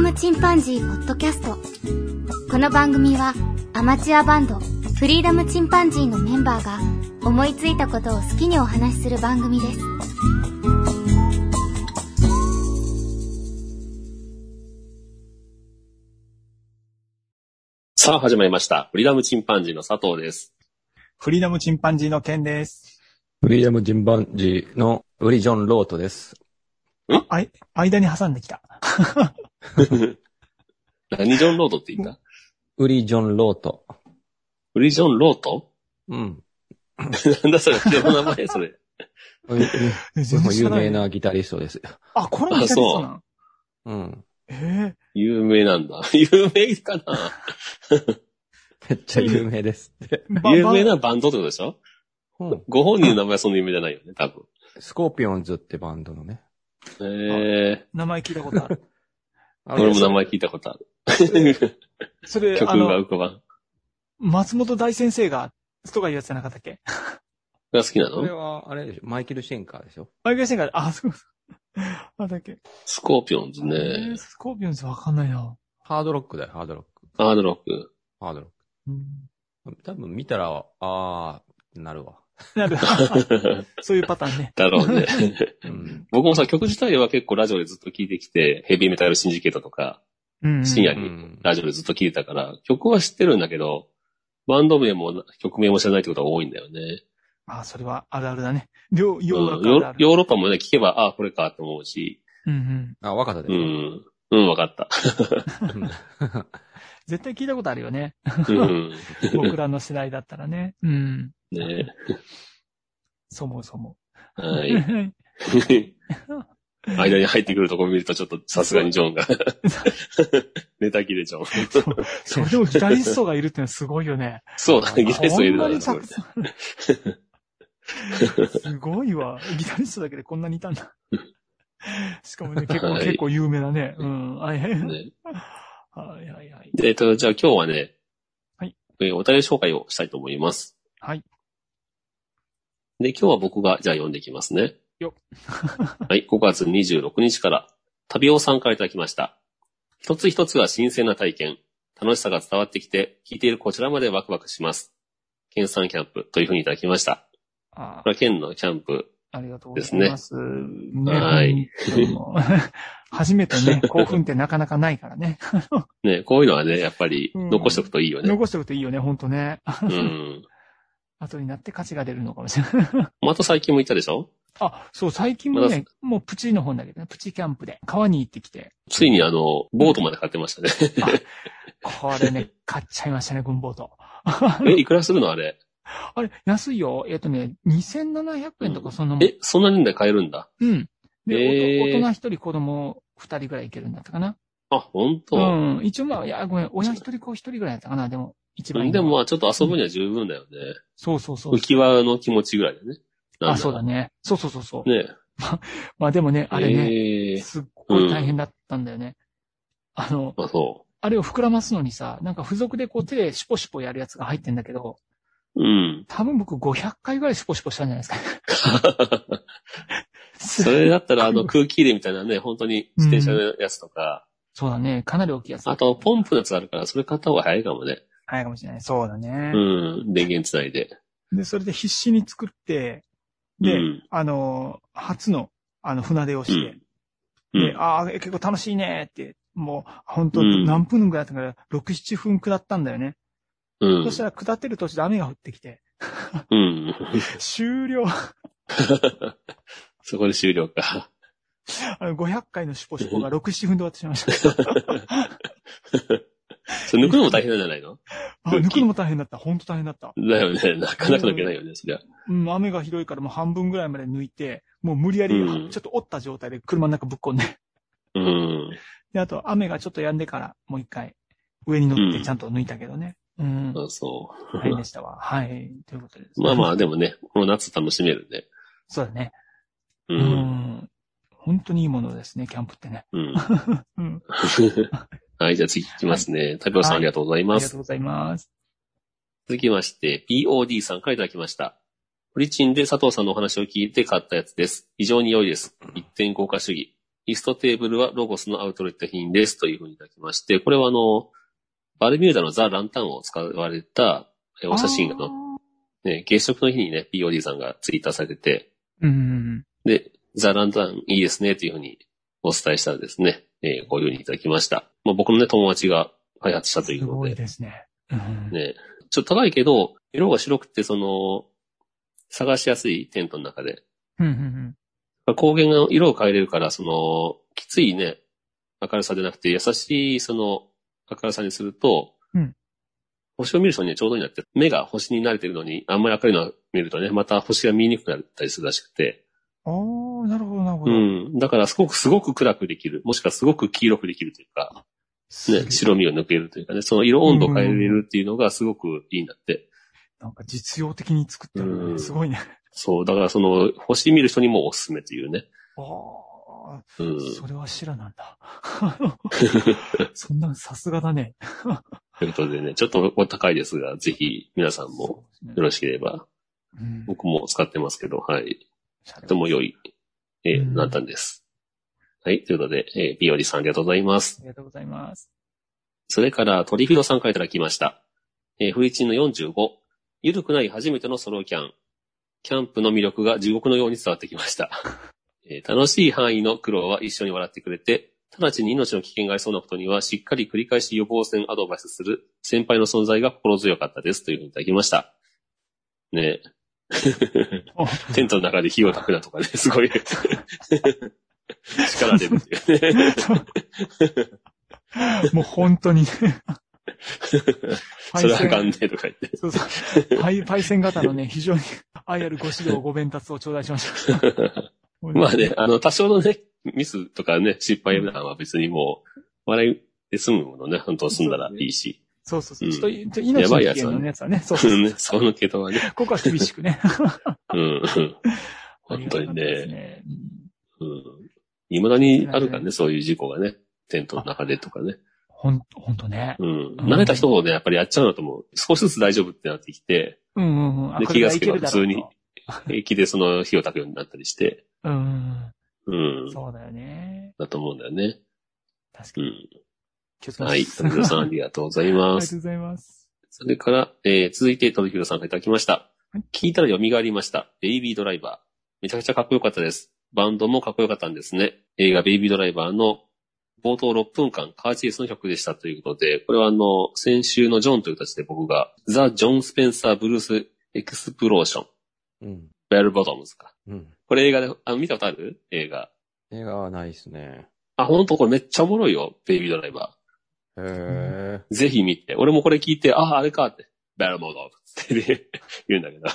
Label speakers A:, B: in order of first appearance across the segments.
A: ムチンパンジーポッドキャスト。この番組はアマチュアバンドフリーダムチンパンジーのメンバーが思いついたことを好きにお話しする番組です。
B: さあ、始まりました。フリーダムチンパンジーの佐藤です。
C: フリーダムチンパンジーの件です。
D: フリーダム・ジンバンジーのウリジョン・ロートです。
C: あい、間に挟んできた。
B: 何ジョンロードって言った
D: ウリジョン・ロート。
B: フリージョンロート
D: うん。
B: なんだそれ、人の名前それ。
D: これこ
C: 全
D: れも
C: 知
D: 有
C: らない
D: 名。なギタリストですよ。
C: あ、これもギタリストなん。
D: うん。
C: え
B: 有名なんだ。有名かな
D: めっちゃ有名ですって。
C: えば
B: 有名
C: ば
B: なバンドってことでしょ
D: うん。
B: ご本人の名前はそんな有名じゃないよね、多
D: スコーピオンズってバンドのね。
B: 分。え
C: 名前聞いたことある。
B: ー、
D: あ
B: 俺も名前聞いたことある。
C: そ れ、
B: 曲が
C: あの、
B: 浮かばん。
C: 松本大先生が、とかいうやつじゃなかったっけ
B: が好きな
D: それ
B: の
D: は、あれでしょ。マイケル・シンカーでしょ。
C: マイケルシンが、あ、そう そう。あ、だっけ。
B: スコーピオンズ
C: えー
B: ね。
C: スコーピオンズわかんないな。
D: ハードロックだよ、ハードロック。
B: ハードロック。
D: ハードロ
C: うん
D: ック。多分見たら、ああー、なるわ。
C: なる。そういうパターンね。
B: だろうね。
D: うん。
B: 僕もさ、曲自体は結構ラジオでずっと聴いてきて、ヘビーメタルシンジケートとか、
C: うん
B: 深夜
D: う
B: に
D: ん。
B: ラジオでずっと聴いてたから、曲は知ってるんだけど、バンド名も曲名も知らないってことが多いんだよね。
C: あ、それはあるあるだね。両、
B: うん
C: 洋楽
B: ヨ
C: あ
B: ー
C: る
B: ロ
C: ある。
B: ヨーロッパもね、聞けば、ああ、これかって思うし、
C: うんうん。
D: あ、若さで
B: う
D: しょ。
B: ん。うん、わかった。
D: うん
C: 絶対聞いたことあるよね。
B: うん。
C: 僕らの世代だったらね。うん。
B: ね
C: そう思うそう思う。
B: は い。間に入ってくるとこ見ると、ちょっとさすがにジョン が。ネタ切れジョン。
C: それでもギタリストがいるってのはすごいよね。
B: そうだね、 ギタリストいる
C: こ
B: だ
C: んな
B: ろう
C: に
B: な
C: たくさ んすごいわ。ギタリストだけでこんなにいたんだ。しかもね、結構、
B: はい
C: 結構有名なね。うん。はいはいはい。
B: ね
C: はいはいはい。
B: でえっと、じゃあ今日はね、
C: はい
B: えーお便り紹介をしたいと思います。
C: はい。
B: で、今日は僕が、じゃあ読んでいきますね。
C: よ
B: はい、5月26日から、旅を参加いただきました。一つ一つが新鮮な体験、楽しさが伝わってきて、聞いているこちらまでワクワクします。県産キャンプというふうにいただきました。
C: あ
B: これは県のキャンプ。
C: ありがとうございます。ね
B: はい
C: 本当にもう 初めて ね、興奮ってなかなかないからね。
B: ね、こういうのはね、やっぱり
C: うん
B: 残しておくといいよね。
C: 残しておくといいよね、本当ね。
B: うん。
C: 後になって価値が出るのかもしれない。
B: また最近も行ったでしょ
C: あ、そう、最近も
B: ま
C: ね、もうプチの方だけどね、プチキャンプで川に行ってきて、
B: ついにあの、ボートまで買ってましたね。
C: これね、買っちゃいましたね、軍ボート。
B: え、いくらするのあれ。
C: あれ、安いよ。えっとね、2700円とかそんなもん。
B: え、そんなにで買えるんだ。
C: うん。で、
B: えー
C: おと大人一人、子供二人ぐらいいけるんだったかな。
B: あ、本当。
C: うん。一応まあ、いや、ごめん、親一人子一人ぐらいだったかな、でも、一番いいの
B: で
C: は
B: もまあちょっと遊ぶには十分だよね。
C: そうそうそう
B: 浮。き輪の気持ちぐらいだね。
C: あ、そうだ
B: ね。
C: ね。そうそうそうそう。
B: ね
C: まあでもね、あれね、
B: ええ
C: すっごい大変だったんだよね。あの、
B: まあそ
C: あれを膨らますのにさ、なんか付属でこう手でシュポシュポやるやつが入ってんだけど、
B: う。うん。
C: 多分僕500回ぐらいシュポシュポしたんじゃないですか。
B: それだったらあの空気入れみたいなね、本当に自転車のやつとか、
C: そうだね。かなり大きいやつ。
B: あとポンプのやつあるから、それ買った方が早いかもね。
C: 早いかもしれない。そうだね
B: うん。電源つないで。
C: で、それで必死に作って、
B: う
C: で、
B: ん。
C: あの、初の、あの、船出をして、
B: う
C: で、
B: ん。
C: ああ、結構楽しいねって、もう、本当
B: うん
C: 何分ぐらいだったから、6、7分下ったんだよね。
B: うん
C: そしたら下ってる途中で雨が降ってきて、
B: うん。
C: 終了
B: そこで終了か。
C: あの、500回のシュポシュポが6、7分で終わってしまいました。
B: それ抜くのも大変なんじゃないの
C: あ抜くのも大変だった。本当大変だった。
B: だよね。なかなか抜けないよね、そりゃ。
C: うん、雨がひどいからもう半分ぐらいまで抜いて、もう無理やり
B: うん、
C: ちょっと折った状態で車の中ぶっこんで、
B: うん。
C: で、あと雨がちょっと止んでから、もう一回、上に乗っ
B: うん
C: てちゃんと抜いたけどね。うん。
B: まあそ
C: 大変でしたわ。はい。ということです。
B: う。まあま
C: あ。
B: あ、でもね、この夏楽しめるね。
C: そうだね。
B: う。
C: うんん。本当にいいものですね、キャンプってね。
B: うん。
C: うん。
B: はい、じゃあ次いきますね。タピオさんありがとうござい
C: あ
B: ま
C: りが
B: す。
C: とうございます。
B: 続きまして、POD さんからいただきました。フリチンで佐藤さんのお話を聞いて買ったやつです。非常に良いです。一点豪華主義。イーストテーブルはロゴスのアウトレット品ですというふうにいただきまして、これはあの、バルミューダのザ・ランタンを使われたえお写真がの、ね、月食の日にね、POD さんがツイッターされてて、
C: うん。
B: で、ザ・ランタンいいですねというふうにお伝えしたらですね、えーこういうふうにいただきました。まあ、僕のね、友達が開発したという
C: す
B: こと
C: ご
B: で
C: い。ですね。うん
B: ね、ちょっと高いけど、色が白くて、その、探しやすいテントの中で。
C: うんうん
B: まあ光源の色を変えれるから、その、きついね、明るさじゃなくて、優しい、その、明るさにすると、
C: うん
B: 星を見る人にはちょうどいいなって、目が星に慣れてるのに、あんまり明るいのを見るとね、また星が見えにくくなったりするらしくて、
C: うん。ああ、なるほど、なるほ
B: う
C: ど。
B: ん。だから、すごく、すごく暗くできる。もしくはすごく黄色くできるというか、
C: すげえ
B: ね、白みを抜けるというかね、その色温度を変えれるっていうのがすごくいいんだって。
C: なんか実用的に作ってる
B: う
C: ね。
B: ん
C: すごいね。
B: そう、だからその、星見る人にもおすすめというね。
C: ああ、
B: うん。
C: それは知らなん だ。そんなさすがだね。
B: ということでね、ちょっとお高いですが、ぜひ皆さんも
C: そうですね
B: よろしければ、
C: うん
B: 僕も使ってますけど、はい。とて
C: で
B: も良い、え
C: うん
B: ー、なったんです。はい、ということで、えー、ビオリさんありがとうございます
C: あ。りがとうございます。
B: それから、トリフィドさんからいただきました。えー、フリチンの45、ゆるくない初めてのソロキャン。キャンプの魅力が地獄のように伝わってきました。 えー楽しい範囲の苦労は一緒に笑ってくれて、直ちに命の危険がありそうなことには、しっかり繰り返し予防線アドバイスする先輩の存在が心強かったです。というふうにいただきました。ねえ。
C: あ
B: テントの中で火を焚くなとかね、 すごい。力出るっていう ね。
C: もう本当にね。
B: それはあかんねとか言って。
C: そうそう。パイ、パイセン型のね、非常に愛あるご指導ご弁達を頂戴しました。
B: まあね、あの、多少のね、ミスとかね、失敗なんかは別にもう、笑いで済むものね、本当済んだらいいし。
C: そうそうそ
B: う
C: う。
B: ん
C: ちょっと、ちょ命の危険のやつはね、そうそう
B: うん
C: そう。
B: ねその系統はね。
C: ここは厳しくね。
B: うん。 本当に
C: ありがたかったです
B: ね。
C: ね。
B: うん。未だにあるからね、そういう事故がね。テントの中でとかね。
C: ほん、ほんとね。
B: うん。慣れた人ほどね、やっぱりやっちゃうんだと思う。少しずつ大丈夫ってなってきて、
C: うんうんうんあ。
B: で
C: これが
B: 気がつけば
C: いけるだろうと
B: 普通に平気でその火を焚くようになったりして、
C: うん
B: う
C: うん。
B: ん。
C: そうだよね。
B: だと思うんだよね。
C: 確か
B: う
C: に。
B: ん。
C: 気をつけます。
B: はい。富田さんありがとうござい
C: あ
B: ま
C: りが
B: す
C: と。うございます。
B: それから、えー、続いて、トリフィロさんからいただきました
C: はい。
B: 聞いたら蘇りました。ベイビードライバー。めちゃくちゃかっこよかったです。バンドもかっこよかったんですね。映画ベイビードライバーの冒頭6分間カーチェイスの曲でしたということで、これはあの、先週のジョンという形で僕が、ザ・ジョン・スペンサー・ブルース・エクスプローション、
D: うん。
B: ベル・ボトムズか。
D: うん。
B: これ映画で、あの、見たことある映画。
D: 映画はないですね。
B: あ、ほんとこれめっちゃおもろいよ、ベイビードライバ
D: へえ。
B: ー。ぜひ見て。俺もこれ聞いて、あ、あれかって、ベル・ボトムズってね言うんだけど。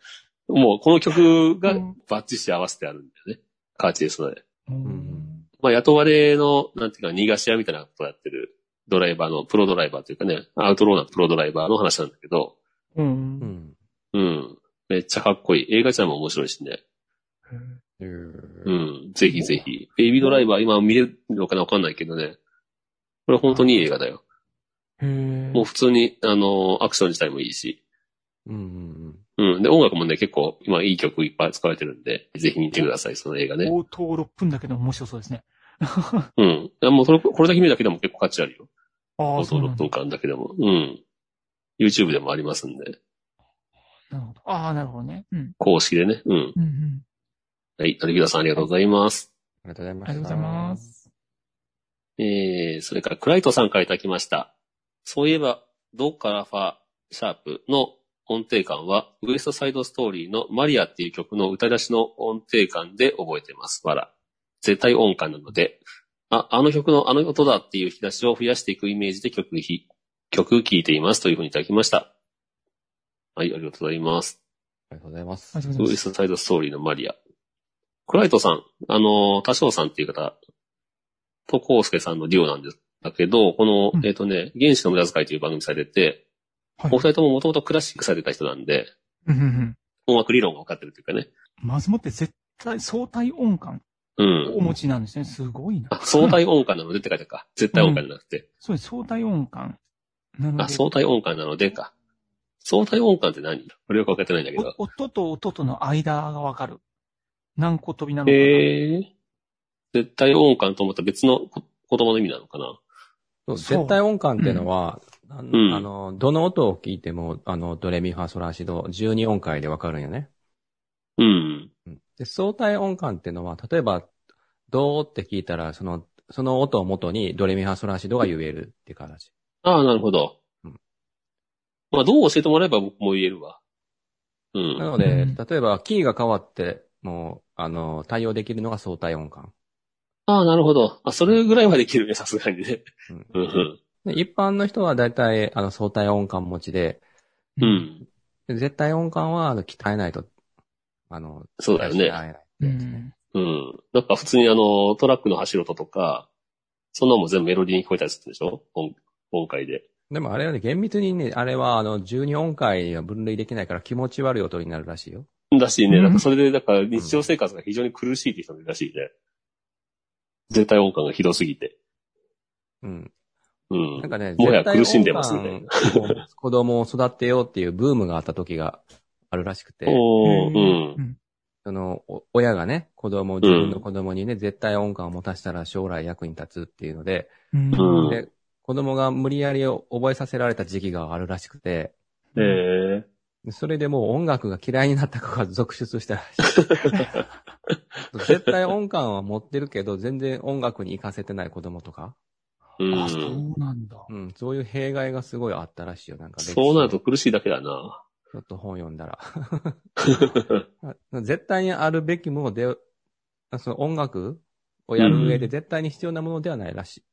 B: もうこの曲がバッチして合わせてあるんだよね。カーチェイスのね。
C: う
D: うんん。
B: まあ、雇われの、なんていうか、逃がし屋みたいなことをやってるドライバーの、プロドライバーというかね、アウトローなプロドライバーの話なんだけど、
C: う。
D: うんん。
B: うん。めっちゃかっこいい。映画ちゃんも面白いしね。
D: へえ
B: うん。ぜひぜひ。ベイビードライバー今見れるのかなわかんないけどね。これ本当にいい映画だよ。
C: へえ。
B: もう普通に、あの、アクション自体もいいし。
D: うんうん
B: うん。で、音楽もね、結構今いい曲いっぱい使われてるんで、ぜひ見てください、その映画ね。
C: 冒頭6分だけでも面白そうですね。
B: うん。あもうそれ、これだけ見るだけでも結構価値あるよ。
C: ああ、
B: 放送
C: そうな
B: 6
C: んだ
B: 分間だけでも。うん。YouTube でもありますんで。
C: なるほど。ああ、なるほどね。うん。
B: 公式でね。うん。
C: うんうん。
B: はい。トリビダさんありがとうございます。
D: ありがとうございま
C: あ
D: した。
C: りがとうございま。す。
B: えー、それからクライトさんからいただきました。そういえば、ドカラファシャープの音程感は、ウエストサイドストーリーのマリアっていう曲の歌い出しの音程感で覚えてます。わら。絶対音感なので、あ、あの曲のあの音だっていう引き出しを増やしていくイメージで曲ひ、曲聴いていますというふうにいただきました。はい、ありがとうございます。
D: ありがとうございます
C: あり。がとうご
B: ウ
C: ざ
B: エ
C: います。
B: ストサイドストーリーのマリア。クライトさん、あの、多少さんっていう方とコウスケさんのデュオなんです。だけど、この、
C: うん
B: えっ、とね、原始の無駄遣いという番組されて、
C: はい
B: お二人とももともとクラシックされてた人なんで、
C: うんうんうん
B: 音楽理論が分かってるというかね。
C: まずもって絶対相対音感
B: う
C: をお
B: ん。
C: 持ちなんですね。すごいな。
B: あ、相対音感なのでって書いてある か。絶対音感じゃなくて。
C: そうです。相対音感。なので。
B: あ、相対音感なのでか。相対音感って何俺よく分かってないんだけど。
C: お音と音との間がわかる。何個飛びなのかな。
B: へえ。絶対音感と思ったら別のこ言葉の意味なのかな。
D: そう
C: そう
D: 絶対音感っていうのは、あの
B: うん
D: あの、どの音を聞いても、あの、ドレミファソラシド、12音階でわかるんよね。
B: うん。
D: で、相対音感っていうのは、例えば、ドーって聞いたら、その、その音を元にドレミファソラシドが言えるっていう形。
B: ああ、なるほど
D: うん。
B: まあ、どう教えてもらえば僕も言えるわ。う。
D: なんので、
C: うん
D: 例えば、キーが変わって、もう、あの、対応できるのが相対音感。
B: ああ、なるほど。あ、それぐらいはできるね、さすがにね。
D: うん
B: うんうん。
D: で一般の人は大体、あの、相対音感持ちで、
B: う。ん。
D: で絶対音感は、あの、鍛えないと、あの、
B: そうだよ
D: 鍛
B: ね
D: えないって
C: う
D: やつね
C: ん。
B: うん。なんか普通にあの、トラックの走る音とか、そんなのも全部メロディーに聞こえたりするんでしょ音音階で。
D: でもあれはね、厳密にね、あれは、あの、12音階には分類できないから気持ち悪い音になるらしいよ。
B: だしね、
C: うん
B: なんかそれで、だから日常生活が非常に苦しいって人もいるらしいね。絶対音感がひどすぎて。
D: うん。
B: う
D: なん
B: ん。
D: かね、
B: もはや
D: 絶対音
B: 苦しんでますみたい
D: 感を子供を育てようっていうブームがあった時があるらしくて、
B: おー、うん。
D: その、お親がね、子供、自分の子供にね、絶対音感を持たせたら将来役に立つっていうので、
C: うん。
B: うん
D: で、子供が無理やり覚えさせられた時期があるらしくて、
B: ええ
D: それでもう音楽が嫌いになった子が続出したらしい。 絶対音感は持ってるけど、全然音楽に行かせてない子供とか、
B: うん
C: あ、そうなんだ。
D: うん、そういう弊害がすごいあったらしいよ。なんか歴史
B: そうなると苦しいだけだな。
D: ちょっと本読んだら。絶対にあるべきもので、その音楽をやる上で絶対に必要なものではないらしい。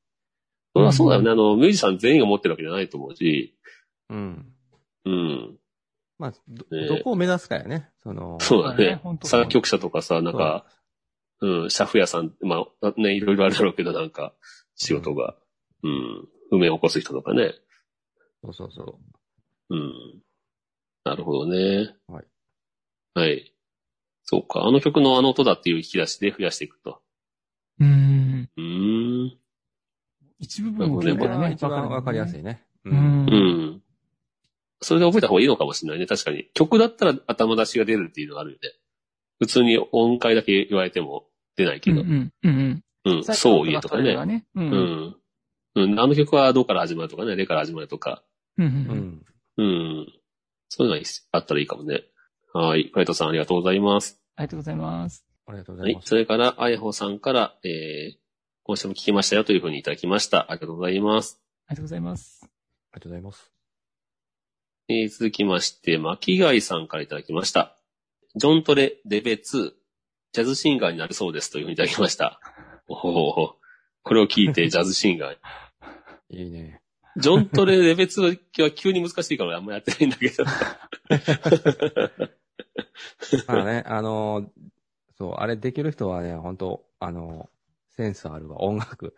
B: それはそうだよね。あの、ミュージシャン全員が持ってるわけじゃないと思うし。
D: うん。
B: うん。
D: まあ、ど
B: ねえ
D: どこを目指すかやね。その、
B: そうだね
C: 本。当そう
B: 作曲者とかさ、なんか、うん、シャフ屋さん、まあ、ね、いろいろあるだろうけど、なんか、仕事が、うん、不明を起こす人とかね。
D: そうそうそ
B: うん。なるほどね。
D: はい。
B: はい。そうか。あの曲のあの音だっていう引き出しで増やしていくと。
C: うん。
B: うーん。
C: 一部分を聞
D: う。
C: いた
D: これ
C: ら
D: は
C: ね、
D: 一番わかりやす
C: い。
D: いね。
C: う
D: うん
C: ん。
B: うん。それで覚えた方がいいのかもしれないね。確かに。曲だったら頭出しが出るっていうのがあるよね。普通に音階だけ言われても出ないけ
C: うん
B: ど。
C: う
B: うん。
C: ん。うん。
B: そう言えとかね。
C: ね。う。
B: うんん。うん。あの曲はどうから始まるとかね、レから始まるとか。
C: う。
D: うんん。
B: うん。そういうのがあったらいいかもね。はい。フライトさんありがとうございます。
C: ありがとうございます。
D: ありがとうご
B: は
D: ざい
B: い
D: ま。す。
B: それから、あやほさんから、えー、今週も聞きましたよというふうにいただきました。ありがとうございます。
C: ありがとうございます。
D: ありがとうございます。
B: えー、続きまして、巻貝さんからいただきました。ジョントレレベ2、ジャズシンガーになるそうですというふうにいただきました。おおこれを聞いてジャズシンガーに。
D: いいね。
B: ジョントレレベ2は急に難しいから俺あんまやってないんだけど。
D: まあね、あの、 そう、あれできる人はね、本当あの、センスあるわ、音楽。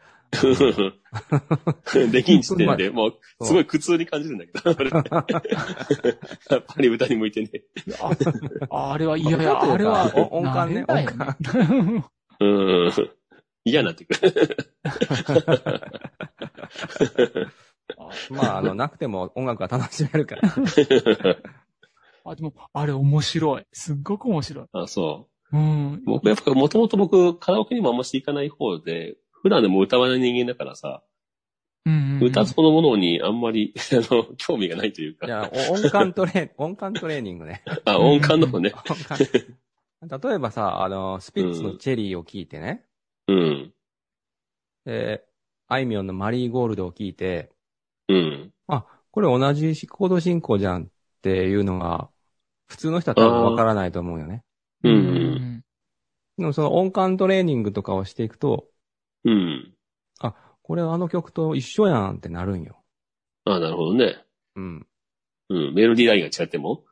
B: できん時点で、もう、すごい苦痛に感じるんだけど、俺やっぱり歌に向いてね。
C: ああれは、いやいや、あれは、感。
B: うん。嫌になってくる。
D: まあ、あの、なくても音楽は楽しめるから。
C: あ、でも、あれ面白い。すっごく面白い。
B: あ、そ
C: うん
B: う。。僕、やっぱ、もともと僕、カラオケにもあんまし行かない方で、普段でも歌わない人間だからさ、
C: うん。
B: 歌そのものにあんまり、 あの、興味がないという
D: い
B: か、
D: や、お音感トレー、音感トレーニングね。
B: あ、音感の方ね。
D: 音感例えばさ、あの、スピッツのチェリーを聞いてね、
B: うん。
D: で、あいみょんのマリーゴールドを聞いて、
B: うん。
D: これ同じコード進行じゃんっていうのが、普通の人は多分わからないと思うよね。
B: うん
D: でもその音感トレーニングとかをしていくと、
B: うん。
D: これあの曲と一緒やんってなるんよ。
B: あ、なるほどね。
D: うん。
B: うん。メロディーラインが違っても、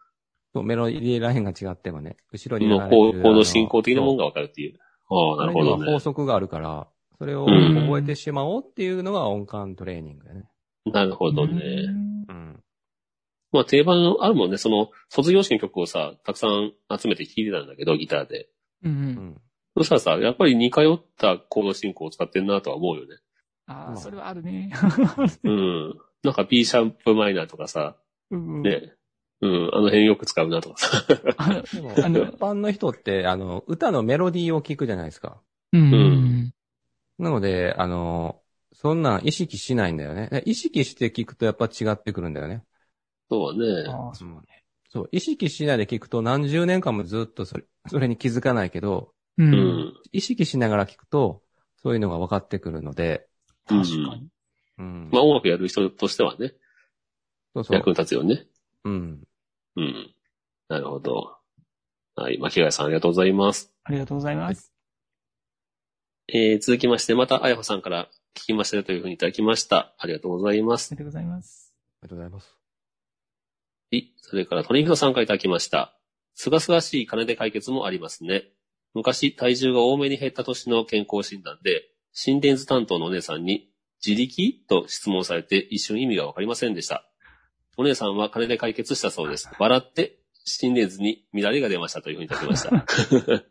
D: そうメロディーラインが違ってもね、後ろに
B: のコード進行的なもん
D: が。
B: がわかるっていう。ああ、な
D: な
B: る
D: る
B: ほ
D: ほ
B: ど
D: ど、
B: ね
D: 法。則があるから、それを
B: うん
D: 覚えてしまおうっていうのが音感トレーニングだね。
B: なるほどね。。
D: うん。
B: まあ定番のあるもんね、その、卒業式の曲をさ、たくさん集めて聴いてたんだけど、ギターで。
C: う。
D: うんん。
B: そしたらさ、やっぱり似通ったコード進行を使ってんなとは思うよね。
C: ああ、それはあるね。
B: うん。なんか B シャープマイナーとかさ、
C: うん。
B: ね。うん、あの辺よく使うなとかさ。
C: あの、
D: でも、一
C: あの
D: 般の人って、あの、歌のメロディーを聞くじゃないですか。
C: うん。
D: なので、あの、そんなん意識しないんだよね。で意識して聞くとやっぱ違ってくるんだよね。
B: そうね。
C: ああ、
D: そう意識しないで聞くと何十年間もずっとそれ、それに気づかないけど、
C: う。
B: うんん。
D: 意識しながら聞くと、そういうのが分かってくるので、
C: 確
B: う
C: かに
B: ん。
D: うん。
B: まあ音楽やる人としてはね、
D: そうそう
B: 役。に立つよね。
D: うん。
B: うん。なるほど。はい。巻貝さんありがとうございます。
C: ありがとうございます。
B: えー、続きまして、また、あやほさんから聞きましたよというふうにいただきました。ありがとうございます
C: あ。りがとうございます。
D: ありがとうございます。
B: はい。それから、鳥人さんからいただきました。すがすがしい金で解決もありますね。昔、体重が多めに減った年の健康診断で、心電図担当のお姉さんに、自力と質問されて一瞬意味がわかりませんでした。お姉さんは金で解決したそうです。笑って、心電図に乱れが出ましたというふうにいただきました。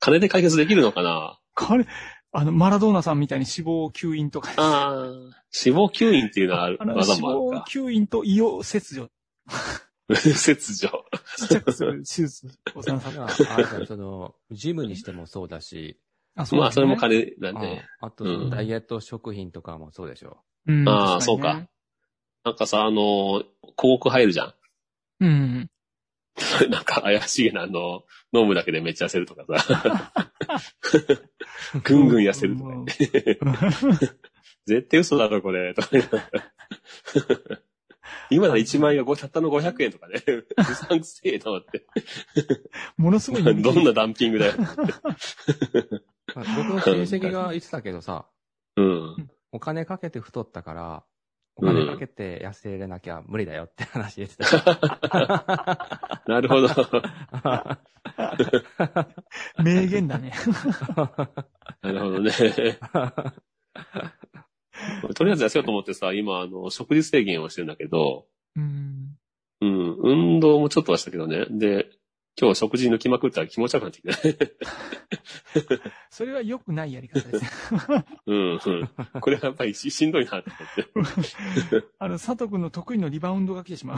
B: 金で解決できるのかな
C: これ、あの、マラドーナさんみたいに脂肪吸引とか。
B: ああ、死亡吸引っていうのはある
C: あの、
B: 技
C: 脂
B: もあ
C: 肪吸引と胃を切除、
B: るか。 切除。
C: ちっちゃくする手術をされた。
D: まああれだよその、ジムにしてもそうだし、
C: あ、そう
B: ま
C: で
B: あ、
C: す
B: そ
C: ね
B: れも金なん
D: うん
B: で。
D: あと、
B: うん
D: ダイエット食品とかもそうでしょ。
C: うん
B: ああ
C: 確にね
B: なんかさ、あのー、広告入るじゃん。
C: うん。
B: なんか怪しげな、あの、飲むだけでめっちゃ痩せるとか さ。ぐんぐん痩せるとか
C: う
B: ね
C: ん。
B: 絶対嘘だろ、これ。 とか言いながら今の1枚が5たったの500円とかね。 うさんくせえと思って。
C: ものすごい人気
B: どんなダンピン グだよ。
D: まあ僕の親戚が言ってたけどさ、
B: うん。
D: お金かけて太ったから、お金かけて痩せれなきゃ無理だよって話言 ってた。
B: なるほど。
C: 名言だね。
B: なるほどね。 とりあえず痩せようと思ってさ、今、あの、食事制限をしてるんだけど、
C: うん。
B: うん、運動もちょっとはしたけどね。で、今日食事抜きまくったら気持ち悪くなってきて。
C: それは良くないやり方です ね。
B: うん、うん。これは やっぱりししんどいなと思って。
C: あの、佐藤君の得意のリバウンドが来てしまう。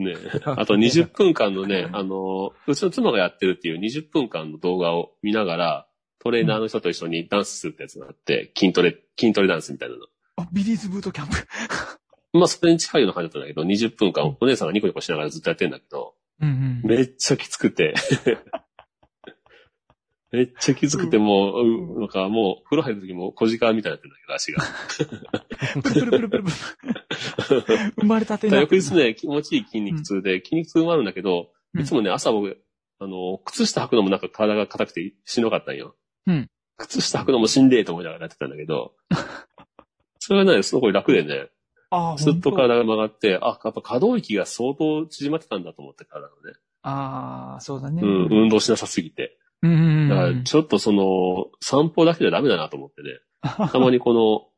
B: ね あと20分間のね、あの、うちの妻がやってるっていう20分間の動画を見ながら、トレーナーの人と一緒にダンスするってやつがあって、筋トレ、筋トレダンスみたいなの。
C: あ、ビリーズブートキャンプ。
B: まあ、それに近いような感じだったんだけど、20分間お姉さんがニコニコしながらずっとやってんだけど、
C: うんうん。
B: めっちゃきつく て。めっちゃきつくて、もう、うなんかもう、風呂入る時も小鹿みたいになってんだけど、足が。
C: プルプルプルプルプル。生まれたて
B: ただ
C: な。
B: 翌日ね、気持ちいい筋肉痛で、筋肉痛もあるんだけど、
C: うん
B: いつもね、朝僕、あの、靴下履くのもなんか体が硬くてしんどかったんよ。
C: うん
B: 靴下履くのもしんでえと思いながらやってたんだけ ど、それがね、すごい楽でね、
C: ああ、
B: ずっと
C: か。
B: 体が曲がって、あ、やっぱ可動域が相当縮まってたんだと思って、体のね。
C: ああ、そうだね。
B: うん、運動しなさすぎて。
C: うんうん
B: だか
C: う
B: ら、
C: ん。
B: ちょっとその、散歩だけじゃダメだなと思ってね、たまにこの、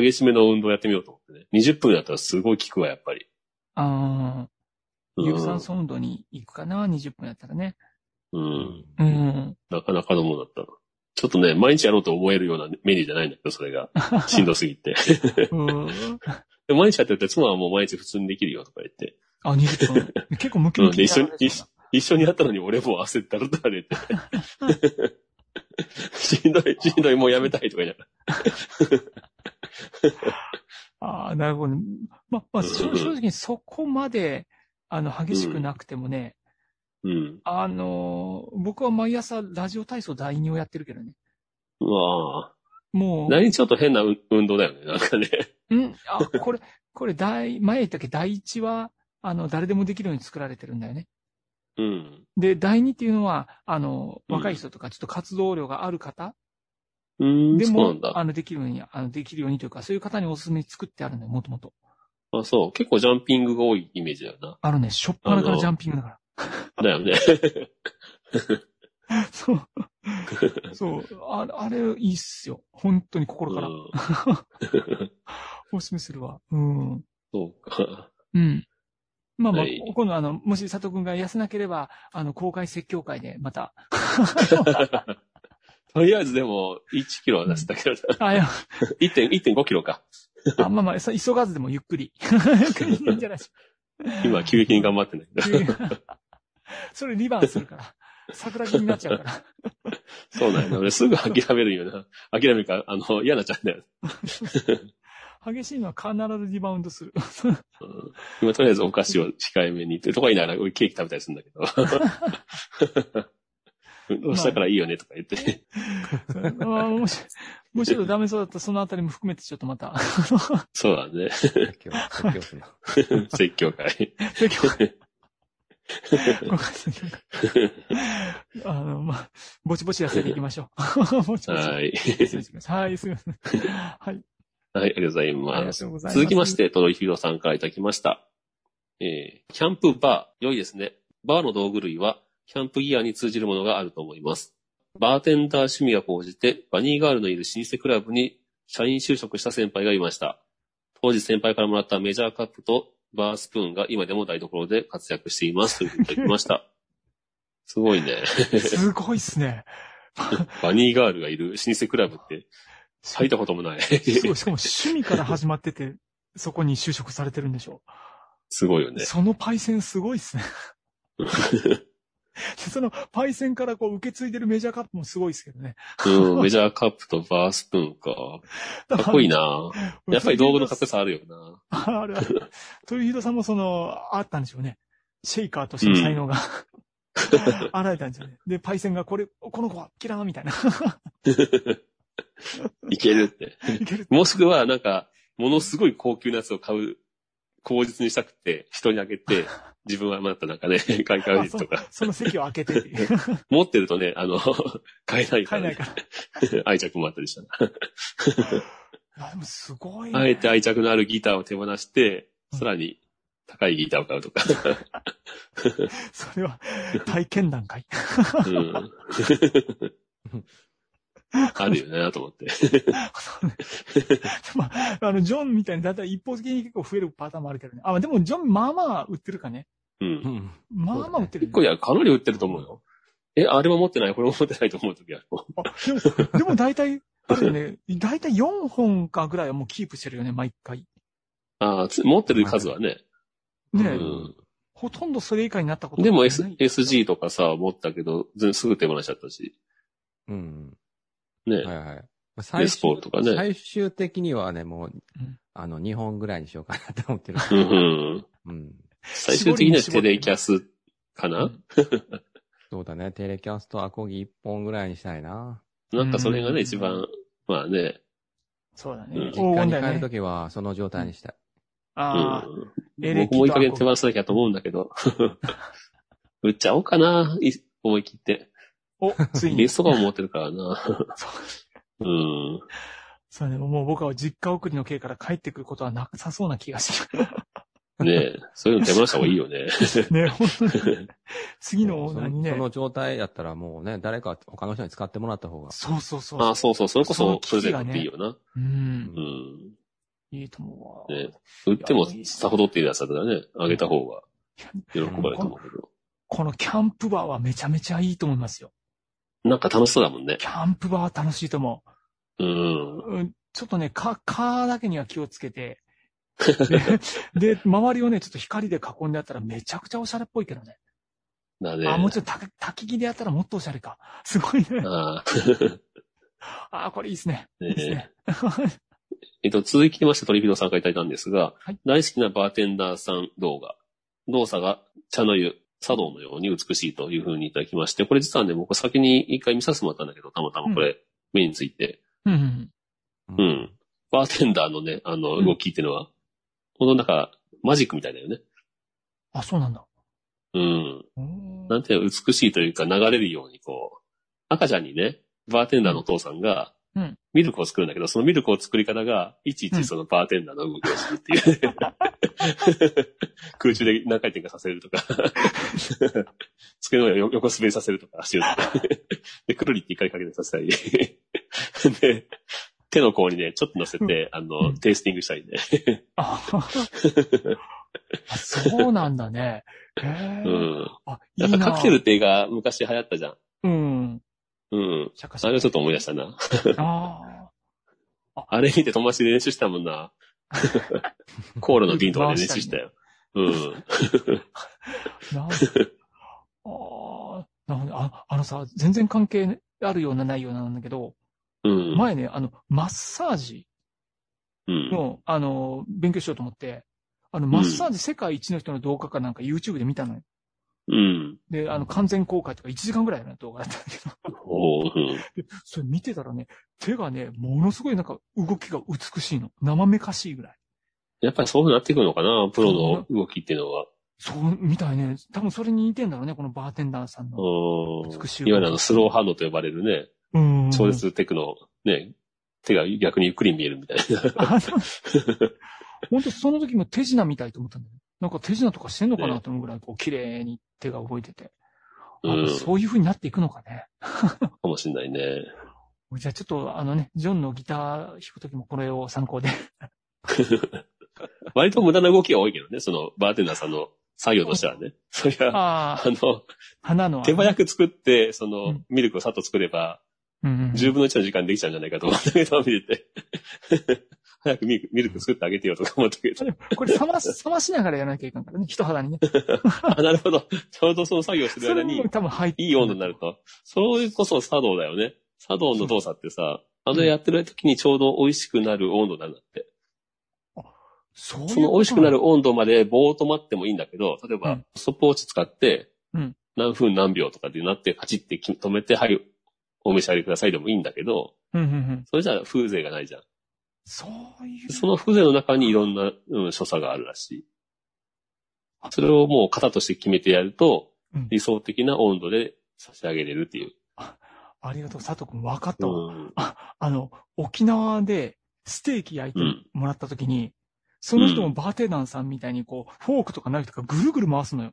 B: 激しめの運動やってみようと思ってね。20分やったらすごい効くわ、やっぱり。
C: ああ、
B: うん
C: 有酸素運動に行くかな、20分やったらね。
B: うん。
C: うん。
B: なかなかのものだったな。ちょっとね、毎日やろうと思えるようなメニューじゃないんだけど、それ が。しんどすぎて。
C: うん
B: で毎日やってて、妻はもう毎日普通にできるよとか言って。
C: あ、20分。 結構ムキ
B: うん、
C: ム
B: で、
C: キ
B: 一緒に
C: だ、
B: 一緒一緒にやったのに俺も焦ったらだれて。 しんどい、しんどい、もうやめたいとか言いながら。
C: ああ、なるほどね。ま、まあ、正正直にそこまで、あの、激しくなくてもね、
B: うん。
C: あのー、僕は毎朝ラジオ体操第二をやってるけどね。
B: うわ
C: も
B: あ。
C: う、
B: 何ちょっと変な運運動だよね、なんかね。
C: んあ、これ、 これ、第、前言ったっけ、第一は、あの、誰でもできるように作られてるんだよね。
B: うん。
C: で、第二っていうのは、あの、
B: うん
C: 若い人とか、ちょっと活動量がある方
B: うー
C: で
B: ん、そうな
C: も
B: ん、だ。
C: あの、できるように、あの、できるようにというか、そういう方におすすめに作ってあるんだよ、もともと。
B: あ、そう。結構ジャンピングが多いイメージだよな。
C: あのね、しょっぱなか
B: あ
C: ら
B: の
C: ジャンピングだか
B: だよね。
C: ら。そう。そう。あれ、あれ、いいっすよ。本当に心から。
B: うん
C: おすすめするわ。うん。
B: そうか。
C: うん。まあまあ、
B: はい
C: 今度あの、もし佐藤くんが痩せなければ、あの、公開説教会で、また。
B: とりあえずでも、1キロは出せたけどな、
C: あ、いや、
B: 1.5 1.5キロか。
C: あまあまあ、そ急がずでもゆっ くり。ゆっくり でいいんじゃないでし
B: 今、急激に頑張ってんだけど。
C: ょうか。それリバーンするから。桜木になっちゃうから。
B: そうなんやな。俺すぐ諦めるんよな。諦めるから、あの、嫌なっちゃうんだよ。
C: 激しいのは必ずリバウンドする。
B: うん今とりあえずお菓子を控えめにってとか言いながら、俺ケーキ食べたりするんだけど。うん したからいいよねとか言って。
C: あーもし、むしろダメそうだったらそのあたりも含めてちょっとまた、
B: そうだね。
D: 説教、説教すな。
B: 説教会。
C: 説教会。ご解説教会あの、まあ、ぼちぼち痩せていきましょう。 ぼちぼち。
B: は。
C: はいい、すみません。はい、
B: はい、ありがとうござい
C: あり
B: ま
C: が
B: す。
C: とうございます。
B: 続きまし。て、トロヒロさんからいただきました。えーキャンプバー、良いですね。バーの道具類は、キャンプギアに通じるものがあると思います。バーテンダー趣味が高じて、バニーガールのいる老舗クラブに社員就職した先輩がいました。当時先輩からもらったメジャーカップとバースプーンが今でも台所で活躍しています。ということでいただきました。 すごいね。
C: すごいっすね。
B: バニーガールがいる老舗クラブって、咲いたことも ない。
C: すごいしかも趣味から始まってて、そこに就職されてるんでしょ
B: すごいよ
C: う。
B: ね。
C: そのパイセンすごい っすね。でそのパイセンからこう受け継いでるメジャーカップもすごいっすけどね。
B: うん、メジャーカップとバースプーンか。かっこいいなやっぱり道具のかっこよさあるよな。
C: あ るある。豊弘さんもその、あったんでしょうね。シェイカーとしての才 能が、あられたんですよね。で、パイセンがこれ、この子は嫌な みたいな。
B: いけるって。
C: いける。
B: もしくは、なんか、ものすごい高級なやつを買う、口実にしたくて、人にあげて、自分はまたなんかね、買い替え
C: あ
B: る
C: そ
B: とか。
C: その席を開 けてっていう。
B: 持ってるとね、あの、 買えないから、
C: 買えない
B: ね、
C: から。
B: 愛着もあったりしたな。
C: あでもすごい、ね。
B: あえて愛着のあるギターを手放して、さらに高いギターを買うとか。
C: それは、体験談かい。
B: うん。あるよなと思って。
C: まあ、あの、ジョンみたいにだいたい一方的に結構増えるパターンもあるけどね。あ、でもジョンまあまあ売ってるかね。
B: うん
D: う。ん。
C: まあまあ売ってる、
B: 結構いや、かなり売ってると思うよ。え、あれも持ってない、これも持ってないと思うときある。
C: あでも、でも大体、あれだ よね、大体4本かぐらいはもうキープしてるよね、毎回。
B: ああ、つ持ってる数はね。
C: ねえ、
B: うん
C: ほとんどそれ以下になったこと
B: でも、
C: ない
B: S、SG とかさ、持ったけど、全すぐ手放しちゃったし。
D: うん。
B: ね。
D: はいはい。
B: レスポールとかね
D: 最終的にはね、もう
C: うん、
D: あの、2本ぐらいにしようかなと思ってる。
B: うんうん
D: うん。
B: 最終的にはテレキャスか
C: う
B: な、
C: ん
D: そうだね。テレキャストアコギ1本ぐらいにしたいな。
B: なんかそれが
C: うん
B: ね、一番、まあね、
C: そうだ
B: うん
C: ね。
D: 実
C: 黄
D: 家
C: 金
D: に
C: だ
D: 帰
C: よ
D: ると
C: ね。
D: きは、その状態にしたい。
B: う
C: ああ、
B: ん。
C: エレ
B: 僕
C: キと
B: もいい加減
C: アコ
B: 手放さなきゃと思うんだけ ど。売っちゃおうかな、い思い切って。
C: お、つい
B: ゲ
C: に。
B: ストバーも持ってるからな。
C: そう
B: うん。
C: そうね、もう僕は実家送りの刑から帰ってくることはなさそうな気がす
B: ねえ、そういうの手放した方がいいよ ね。
C: る。 ね、本当に。次のオー
D: そ
C: ナーに
D: のそ
C: ね。
D: の状態やったらもうね、誰か他の人に使ってもらった方が。
C: そうそうそう。
B: ああ、そうそう、それこ
C: そ
B: そ
C: の、機
B: プレ
C: 器
B: ゼン
C: が
B: ト
C: ね
B: っていいよな。
C: うん
B: う。ん。
C: いいと思うわ。
B: ね売ってもさほどっていうやつだったらね、あげた方が喜ばれると思うけど。
C: このキャンプバーはめちゃめちゃいいと思いますよ。
B: なんか楽しそうだもんね。
C: キャンプバーは楽しいと思う。
B: うん。
C: うんちょっとね、か、蚊だけには気をつけ て、で、で周りをね、ちょっと光で囲んであったらめちゃくちゃオシャレっぽいけどね。
B: だね。
C: あ、もうちょっと焚焚き木でやったらもっとオシャレか。すごいね。
B: ああ
C: あ、これいいっすね。いいっす
B: ね
C: ね。
B: えっと、続きまして、トリフィドさんからいただいたんですが、
C: はい
B: 大好きなバーテンダーさん動画、動作が茶の湯、茶道のように美しいというふうにいただきまして、これ実はね、僕先に一回見させてもらったんだけど、たまたまこれ、目について、
C: うんうん。
D: う
B: うん。。バーテンダーのね、あ
C: う
B: の、
C: ん
B: 動きっていうのは、このなんか、マジックみたいだよね。
C: あ、そうなんだ。
B: うん。
C: うーん
B: なんていうの美しいというか流れるようにこう、赤ちゃんにね、バーテンダーのお父さんが
C: うん、
B: ミルクを作るんだけど、そのミルクを作り方が、いちいちそのバーテンダーの動きをするって いう。空中で何回転かさせるとか、 机の上を横滑りさせるとか、足をとか。で、くるりって一回かけてさせたり。で、手の甲にね、ちょっと乗せて、あ
C: う
B: の、
C: ん
B: テイスティングしたりね。
C: ああそうなんだね。へえ。
B: うん。
C: あ、い
B: ないん
C: な。
B: かカクテルって映画昔流行ったじゃん。
C: うん。
B: うん。
C: シャカシ
B: あれ
C: ャ
B: をちょっと思い出したな。
C: カ。あ
B: あれ見て友達で練習したもんな。コーラの瓶とかで練習したよ。うん。
C: あ。なんああ、なるほど。あ、あのさ、全然関係あるようなないようななんだけど、
B: うん。
C: 前ね、あの、マッサージ
B: うん。
C: の、あの、勉強しようと思って、あの、マッサージ世界一の人の動画かなんか YouTube で見たのよ。
B: うん。
C: で、あの、完全公開とか1時間ぐらいの動画だったんだけど、
B: おーうん。
C: それ見てたらね、手がね、ものすごいなんか動きが美しいの。生めかしいぐらい。
B: やっぱりそうなってくるのかな、プロの動きっていうのは。
C: そう、みたいね。多分それに似てんだろうね、このバーテンダーさんの。
B: うん。
C: 美しい
B: いわゆるあの、スローハンドと呼ばれるね、
C: うん。
B: 超絶テクの、ね、手が逆にゆっくり見えるみたいな。
C: あの本当その時も手品みたいと思ったんだよね。なんか手品とかしてんのかなと思うぐらい、こう、綺麗に手が動いてて。あ
B: うん。
C: そういう風になっていくのかね。
B: かもしんないね。
C: じゃあちょっとあのね、ジョンのギター弾く時もこれを参考で。
B: 割と無駄な動きが多いけどね、その、バーテンダーさんの作業としてはね。そりゃ、あ
C: ああ、
B: の、
C: 花の。
B: 手早
C: く。
B: く作って、そうの
C: ん、
B: ミルクをさっと作れば、
C: うん、
B: 10分の1の時間できちゃうんじゃないかと思ったけど、見てて。早くミルクミルク作ってあげてよとか思ったけど。
C: これ冷ます、冷ましながらやらなきゃいかんからね、人肌にね。
B: あ、なるほど。ちょうどその作業してる
C: そ
B: 間
C: れ
B: に
C: に、多分入って。
B: いい温度になると。それこそ茶道だよね。茶道の動作ってさ、あのやってる時にちょうど美味しくなる温度なんだって。
C: そういうこと
B: その美味しくな。る温度までぼーっと待ってもいいんだけど、例え
C: う
B: ば
C: ん、
B: ストップウォッチ使って
C: うん、
B: 何分何秒とかでなって、カチッてき止めて、はい、お召し上がりくださいでもいいんだけど、
C: うんうんうん。
B: それじゃ風情がないじゃん。
C: そういう。
B: その風情の中にいろんな、うん、所作があるらしい。それをもう型として決めてやると
C: うん、
B: 理想的な温度で差し上げれるっていう。
C: ありがとう、佐藤くん。分かっ
B: う
C: たわ、
B: ん。
C: あの、沖縄でステーキ焼いて
B: うん
C: もらった時に、その人もバーテンダーさんみたいにこう、フォークとかナイフとかぐるぐる回すのよ。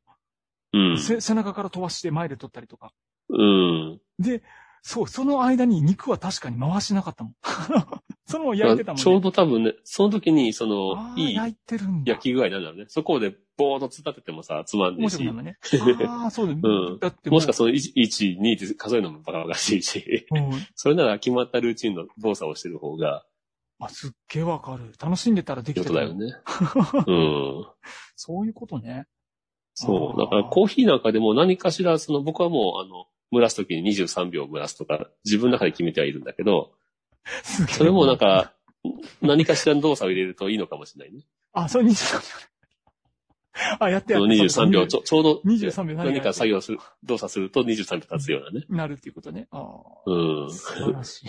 B: うん。
C: せ背中から飛ばして前で取ったりとか。
B: うん。
C: で、そう、その間に肉は確かに回しなかったもん。 そのまま焼いてたもんね。
B: ちょうど多分ね、その時に、その
C: あ、ー
B: いい
C: 焼いてるんだ。
B: 焼き具合なんだろうね。そこで、ぼーっと突っ立ててもさ、つまんねえ
C: 面白
B: し。
C: い
B: も
C: ね。ああ、そうだ、ね
B: うん
C: だって
B: しかその1、1 2って数えるのもバカバカしいし。
C: う。うん。
B: それなら決まったルーチンの動作をしてる方が、
C: あ、すっげえわかる。楽しんでたら
B: い
C: で
B: い
C: き
B: こ
C: て
B: とだ
C: る。
B: よ ね。うん。
C: そういうことね。
B: そ
C: あー
B: う。だからコーヒーなんかでも何かしら、その僕はもう、あの、蒸らす時に23秒蒸らすとか、自分の中で決めてはいるんだけど、
C: すげえ。
B: それもなん。か、何かしらの動作を入れるといいのかもしれないね。
C: あ、そう、23秒。あ、やって
B: そ
C: や
B: の
C: って。
B: 23秒、ち
C: そう
B: ょちょうど、
C: 23秒
B: 何か作業する、動作すると23秒経つようなね。
C: なるっていうことね。あ
B: う
C: あ、
B: ん。
C: 素晴らしい。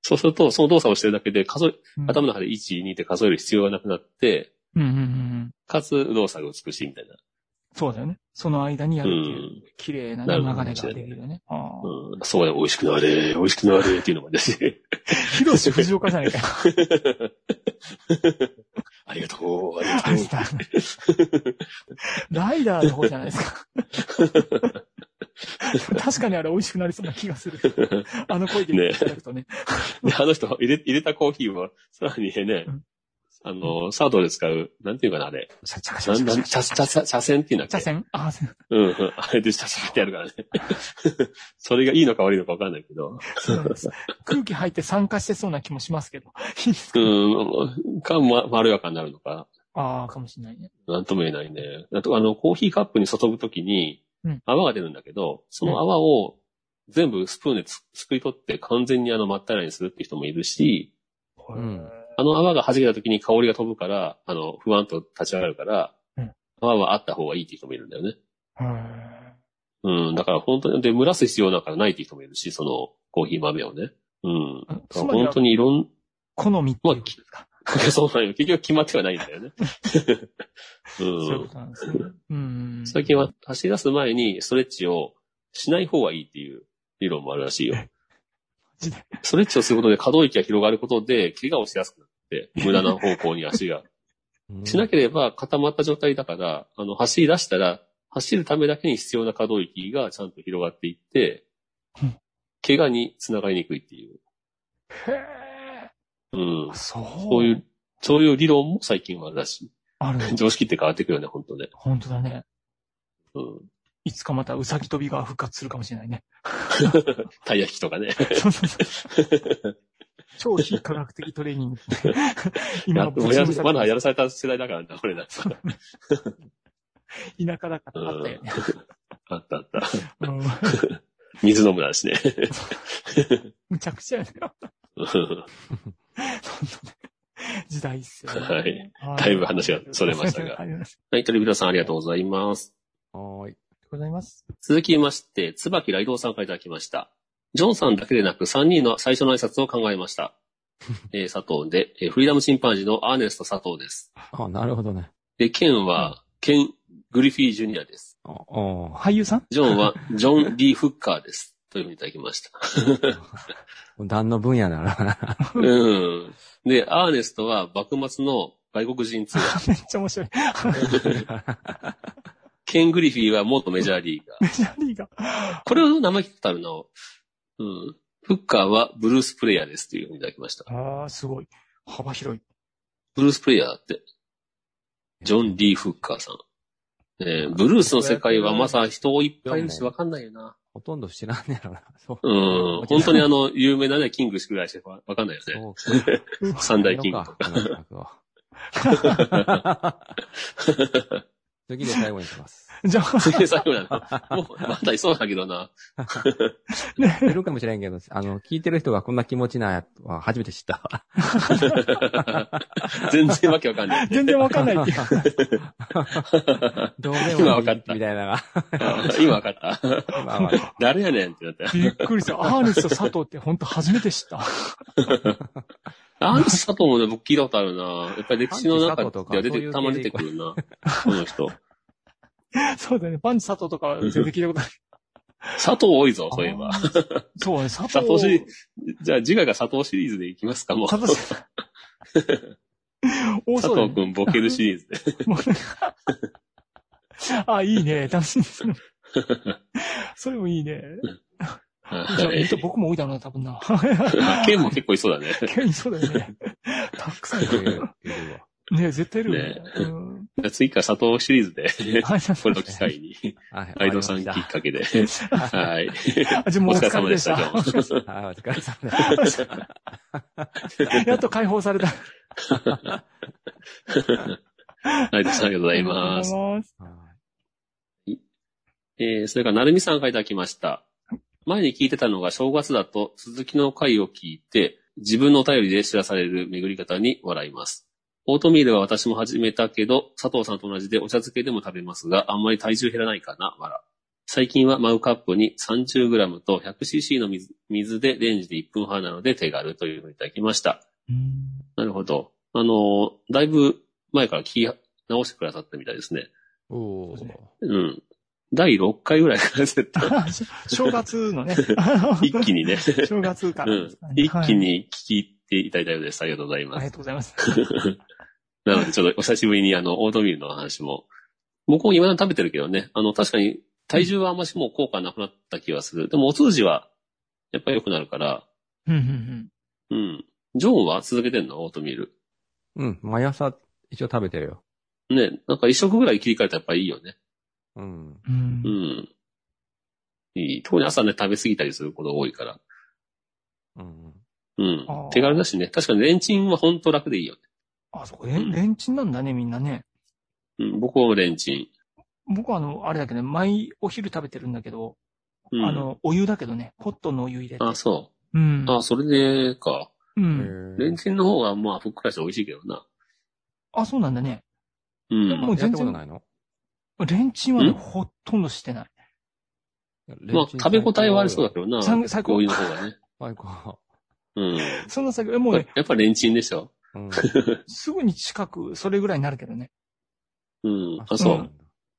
B: そうすると、その動作をしてるだけで、数え、
C: うん
B: 頭の中で1、2って数える必要がなくなって、
C: うんうんうんうん。
B: かつ動作が美しいみたいな。
C: そうだよね。その間にやるっていうう、綺麗な
B: な
C: ね流
B: る
C: れ
B: ほ
C: が
B: ど
C: できるよね。ああ。
B: うん、そうだよ、美味しくなれ、美味しくなれっていうのもだし。
C: 広瀬藤岡じゃないかよ。
B: ありがとう、ありが
C: あれ
B: と
C: さライダーの方じゃないです か。確かにあれ美味しくなりそうな気がする。あの声で言っていただくとね。
B: う。で、あの人入れ、入れたコーヒーは、さらにね
C: うん、
B: あの、サードで使う、なんていうかな、あれ。
C: シャチャカシャ
B: なん、
C: チャカ
B: な
C: シ
B: ん、
C: ャチ
B: 茶、
C: ャ
B: 茶、茶、茶筅っていうんだっ
C: 茶
B: け
C: 筅あ、そう
B: うん、うんあれで茶筅ってやるからね。 それがいいのか悪いのかわかんないけど。
C: そうなんです。空気入って酸化してそうな気もしますけ ど。いいですか
B: うん、か、ま、まろやかになるのか、
C: ああ、かもしれないね。
B: なんとも言えないね。あと、あの、コーヒーカップに注ぐときに
C: うん、
B: 泡が出るんだけど、その泡を全部スプーンでつすくい取って完全にあの、まったらにするって人もいるし、
D: ん
B: あの泡が弾けたときに香りが飛ぶから、あの、不安と立ち上がるから
C: うん、
B: 泡はあった方がいいって人もいるんだよね。
C: へー
B: うん、だから本当に、で、蒸らす必要なんかないって人もいるし、その、コーヒー豆をね。うん。
C: あつまり
B: 本
C: は
B: 当にいろん、
C: 好みっていうことですか。
B: そうなんよ。結局決まってはないんだ よね。う
C: そういうんこ。となんですね。うん。
B: 最近は走り出す前にストレッチをしない方がいいっていう理論もあるらしいよ。
C: マジで。
B: ストレッチをすることで可動域が広がることで怪我をしやすくなって、無駄な方向に足が。しな
D: き
B: ければ固まった状態だから、あの、走り出したら、走るためだけに必要な可動域がちゃんと広がっていって
C: うん、
B: 怪我につながりにくいっていう。
C: へ
B: うん
C: ー。そう。
B: そういう、そういう理論も最近はあるらし
C: ある。
B: い。常識って変わってくるよね、本当ね。
C: 本当だね。
B: うん。
C: いつかまたウサギ飛びが復活するかもし れないね。
B: タイヤ引きとかね。
C: そうそうそう超非科学的トレーニ ング。今の
B: やまだやらされた世代だからな、俺ら。
C: 田舎だからあったよね。
B: あったあった。
C: うん
B: 水飲むだしね。
C: むちゃくちゃやね。
B: うん
C: 時代っすよ、
B: はい。だいぶ話が逸れましたが
C: ありがと
B: はい、鳥人さんありがとうございます。
D: はーい。
C: うございます。
B: 続きまして、椿雷道さんからいただきました。ジョンさんだけでなく3人の最初の挨拶を考えました。えー佐藤で、えーフリーダムチンパンジーのアーネスト佐藤です。
D: あ、なるほどね。
B: で、ケンは、ケン・グリフィー・ジュニアです。
D: あおー
C: 俳優さん
B: ジョンは、ジョン・ D ・フッカーです。というふうにいただきました。
D: 何の分野なら。
B: うん。で、アーネストは、幕末の外国人通
C: めっちゃ面白い。
B: ケン・グリフィーは元メジャーリーガー。
C: メジャーリーガー。
B: これを名前聞いたるな。うん。フッカーはブルース・プレイヤーですというふうにいただきました。
C: ああ、すごい。幅広い。
B: ブルース・プレイヤーだって。 ジョン・リー・フッカーさん。えー、ブルースの世界はまさ人をいっぱいいるしわかんないよな。
D: ほとんど知らんねやろな。そう
B: う。ん。本当にあの、有名なね、キングぐらいしかわかんないよね。
D: そうか。
B: 三大キングと
D: か。この企画を 次で最後にします。
C: じゃあ、
B: それで最後だな。もう、まだいそうだけどな。
D: いるかもしれんけど、あの、聞いてる人がこんな気持ちなんやとは初めて知ったわ。
B: 全然わけわかんない。
C: 全然わ かんないっていう。
D: どうで
B: 今
D: もい
B: わ
D: い
B: かった
D: みたいなのが。
B: 今わかった。
D: まあまあ
B: 誰やねんってなって。
C: びっくりした。アーネスト佐藤って本当初めて知った。
B: アンチ佐藤もね、僕聞いたことあるな。やっぱり歴史の中では出て、
D: アンチ佐藤とか
B: たまに出てくるな。この人。
C: そうだね。パンチ佐藤とか全然聞いたことない。
B: 佐藤多いぞ、そういえば
C: あ。ー。そうね、佐藤。
B: 佐藤シリーじゃあ次回が佐藤シリーズでいきますか、もう。
C: 佐藤シリーズ。多
B: 佐
C: そうだ
B: 藤
C: ね
B: くんボケるシリーズで。
C: もうなんか あ、いいね。楽しみですね。それもいいね。じゃあ
B: は
C: えっ
B: い
C: と、。僕も多いだろうな、多分な。
B: 剣も結構いそうだね。
C: ケイそうだ よね。たくさんい
D: いるい
C: る。
D: るわ
C: ね絶対いるよね。うん
B: じゃあ次から佐藤シリーズ で、
C: はい、じゃ
B: これの機会に、
D: はい。
B: ライドさんきっかけで。はい。
C: あじゃあもうお疲れでし
B: お疲れ様
C: た。
B: でした
D: け。 はい、お疲れ様でした。
C: やっと解放された。あ
B: ライドさんありがとうございます。
C: りがとうございます。
D: は
B: えー、それから、なるみさんからいただきました。前に聞いてたのが正月だと続きの回を聞いて、自分のお便りで知らされる巡り方に笑います。オートミールは私も始めたけど、佐藤さんと同じでお茶漬けでも食べますが、あんまり体重減らないかな、笑。最近はマウカップに 30g と 100cc の水水でレンジで1分半なので手軽というふうにいただきました。なるほど。あのーだいぶ前から聞き直してくださったみたいですね。
D: い。おー。
B: うん。第6回ぐらいから絶対
C: あし正月のね。
B: 一気に ね。
C: 正月か
B: う
C: ら
B: ん
C: ですかね、
B: 一気
C: はい。
B: に聞いていただいたようです。ありがとうござい
C: あ
B: ま
C: りが
B: す。
C: とうございます。
B: なので、ちょっとお久しぶりに、あの、オートミールの話も。僕も今でも食べてるけどね。あの、確かに体重はあんましもう効果なくなった気がする。でも、お通じは、やっぱり良くなるから。
C: うんうんうん
B: うん。ジョンは続けてんのオートミール。
D: うん、毎朝一応食べてるよ。
B: ね、なんか一食ぐらい切り替えたらやっぱいいよね。
D: うん。
C: う。
B: うんん。いい。特に朝ね、食べ過ぎたりすることが多いから。
D: うん。
B: うん
C: あー。
B: 手軽だしね。確かにレンチンはほんと楽でいいよね。
C: あ、そこ、レンレンチンなんだね、みんなね。
B: うん。僕はレンチン。
C: 僕はあの、あれだけどね、毎お昼食べてるんだけど、
B: うん、
C: あの、お湯だけどね、ホットのお湯入れて。
B: あ、そうう。
C: ん。
B: あ、それでか。
C: う
D: へ
C: ん。
D: ー
B: レンチンの方が、まあ、ふっくらして美味しいけどな。
C: あ、そうなんだね。
B: う
C: も
B: ん。
C: う
D: や
C: 全
D: っ
C: 然
D: たことないの
C: レンチンはね、
B: ん
C: ほとんどしてない。
B: まあ、食べ応えはありそうだけどな。
C: さん最高
B: お湯の方がね。
D: 最高。
B: うん。
C: そんな先、もう
B: や
C: ね、
B: っぱレンチンでしょ。
D: うん。
C: すぐに近く、それぐらいになるけどね。
B: うん。あ、そ
D: なん
B: う。
D: だ。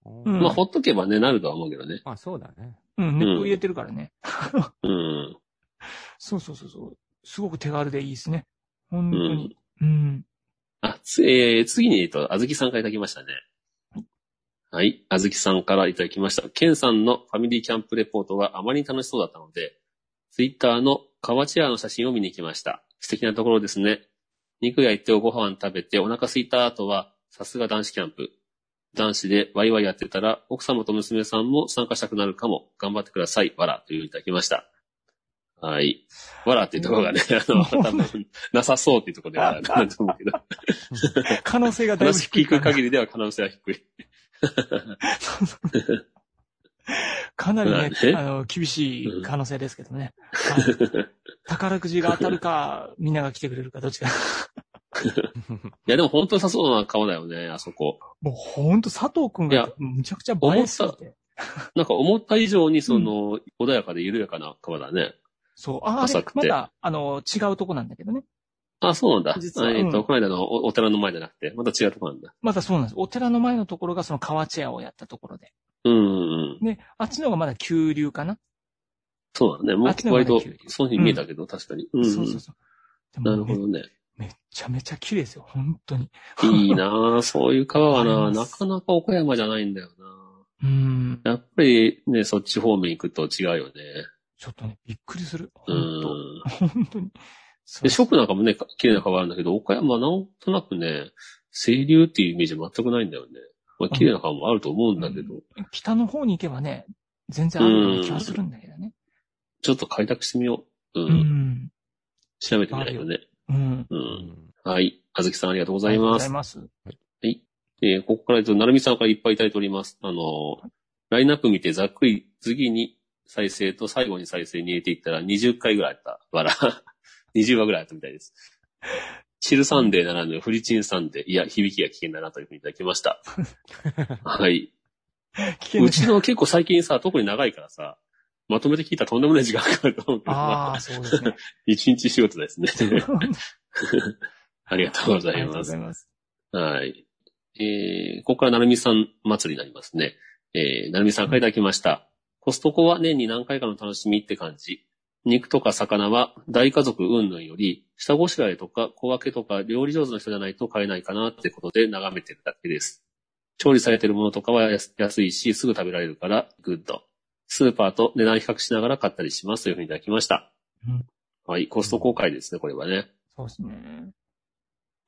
D: うん
C: ん
B: まあ、ほっとけばね、なるとは思うけどね。
D: まあ、そうだね。
C: うん、熱湯入れてるからね。
B: うん。
C: そうそうそうそう。すごく手軽でいいですね。本当に。うん。
B: あ、つ、えー、次に、えっと、あずきさんからいただきましたね。はい。あずきさんからいただきました。ケンさんのファミリーキャンプレポートがあまりに楽しそうだったので、ツイッターの河内屋の写真を見に行きました。素敵なところですね。肉焼いてご飯食べてお腹空いた後は、さすが男子キャンプ。男子でワイワイやってたら、奥様と娘さんも参加したくなるかも。頑張ってください。わら。というふうにいただきました。はい。わらっていうところがね、あの、多分、なさそうっていうところではあるかなと思うけど。
C: 可能性がだい ぶ
B: 話
C: 低い
B: 聞
C: か
B: く
C: ら、
B: 限りでは可能性は低い。
C: 可かなりね、
B: まあね
C: あの、厳しい可能性ですけどね。 はい宝くじが当たるか、みんなが来てくれるか、どっちか。
B: いや、でも本当良さそうな顔だよね、あそこ。
C: もうほんと佐藤くん
B: い
C: が
B: や
C: むちゃくちゃ映えすぎて。
B: なんか思った以上に、その、穏やかで緩やかな川だね。
C: そう。あ、あ
B: 浅
C: れ
B: く、て
C: まだ、あの、違うとこなんだけどね。
B: あ、そうなんだ。
C: 実は
B: あえっ
C: う
B: と、
C: ん
B: この間のおお寺の前じゃなくて、また違うとこなんだ。
C: まだそうなんです。お寺の前のところがその川チェアをやったところで。
B: うんうんうん。
C: で、あっちの方がまだ急流かな。
B: そうだね。も
C: あっち
B: う
C: の方
B: 割
C: がね
B: と
C: 急に、
B: そういうふうに見えたけど、確かに。うん、うん
C: そうそうそう。で
B: な
C: も
B: るほどね。
C: めめっちゃめちゃ綺麗ですよ、本当に。
B: いいなぁ、そういう川はな
C: あり
B: な
C: ます
B: かなか岡山じゃないんだよ
C: うん。
B: なやっぱりね、そっち方面行くと違うよね。
C: ちょっとね、びっくりする。
B: う
C: 本
B: ん。
C: 当本当に。そう
B: で、ショックなんかもね、綺麗な川あるんだけど、岡山はなんとなくね、清流っていうイメージ全くないんだよね。まあ、綺麗な川もあると思うんだけど、
C: 北の方に行けばね、全然あるような気はするんだけどね。
B: ちょっと開拓してみよう。う。
C: うんん。
B: 調べてみないよね。
C: う
B: う。
C: ん。
D: うんん
B: はい。あずきさんありがとうござ
C: あり
B: い
C: がとうご
B: ま
C: ざい
B: す。
C: ます。
B: えーここから、えっと、なるみさんからいっぱいいただいております。あのーラインナップ見てざっくり、次に再生と最後に再生に入れていったら20回ぐらいあった。わ ら。20話ぐらいあったみたいです。チルサンデーならぬ、フリチンサンデー。いや、響きが危険だなというふうにいただきました。はい。
C: 危険
B: う
C: で
B: ち
C: す。
B: の結構最近さ、特に長いからさ、まとめて聞いたらとんでもない時間かかると思うけど、ま
C: あ
B: あ
C: あ、そうですね。
B: 一日仕事ですね。
C: あ
B: ありがとう ござい
C: りがと
B: ま
C: うご
B: す
C: ざい。ます。
B: はい。えー、ここからなるみさん祭りになりますね。えー、なるみさんからいただきました。コストコは年に何回かの楽しみって感じ。肉とか魚は大家族云々より、下ごしらえとか小分けとか料理上手な人じゃないと買えないかなってことで眺めてるだけです。調理されてるものとかは安安いし、すぐ食べられるから、グッド。スーパーと値段比較しながら買ったりしますというふうにいただきました。
C: うん
B: はい、コスト公開ですね、これはね。
C: そうですね。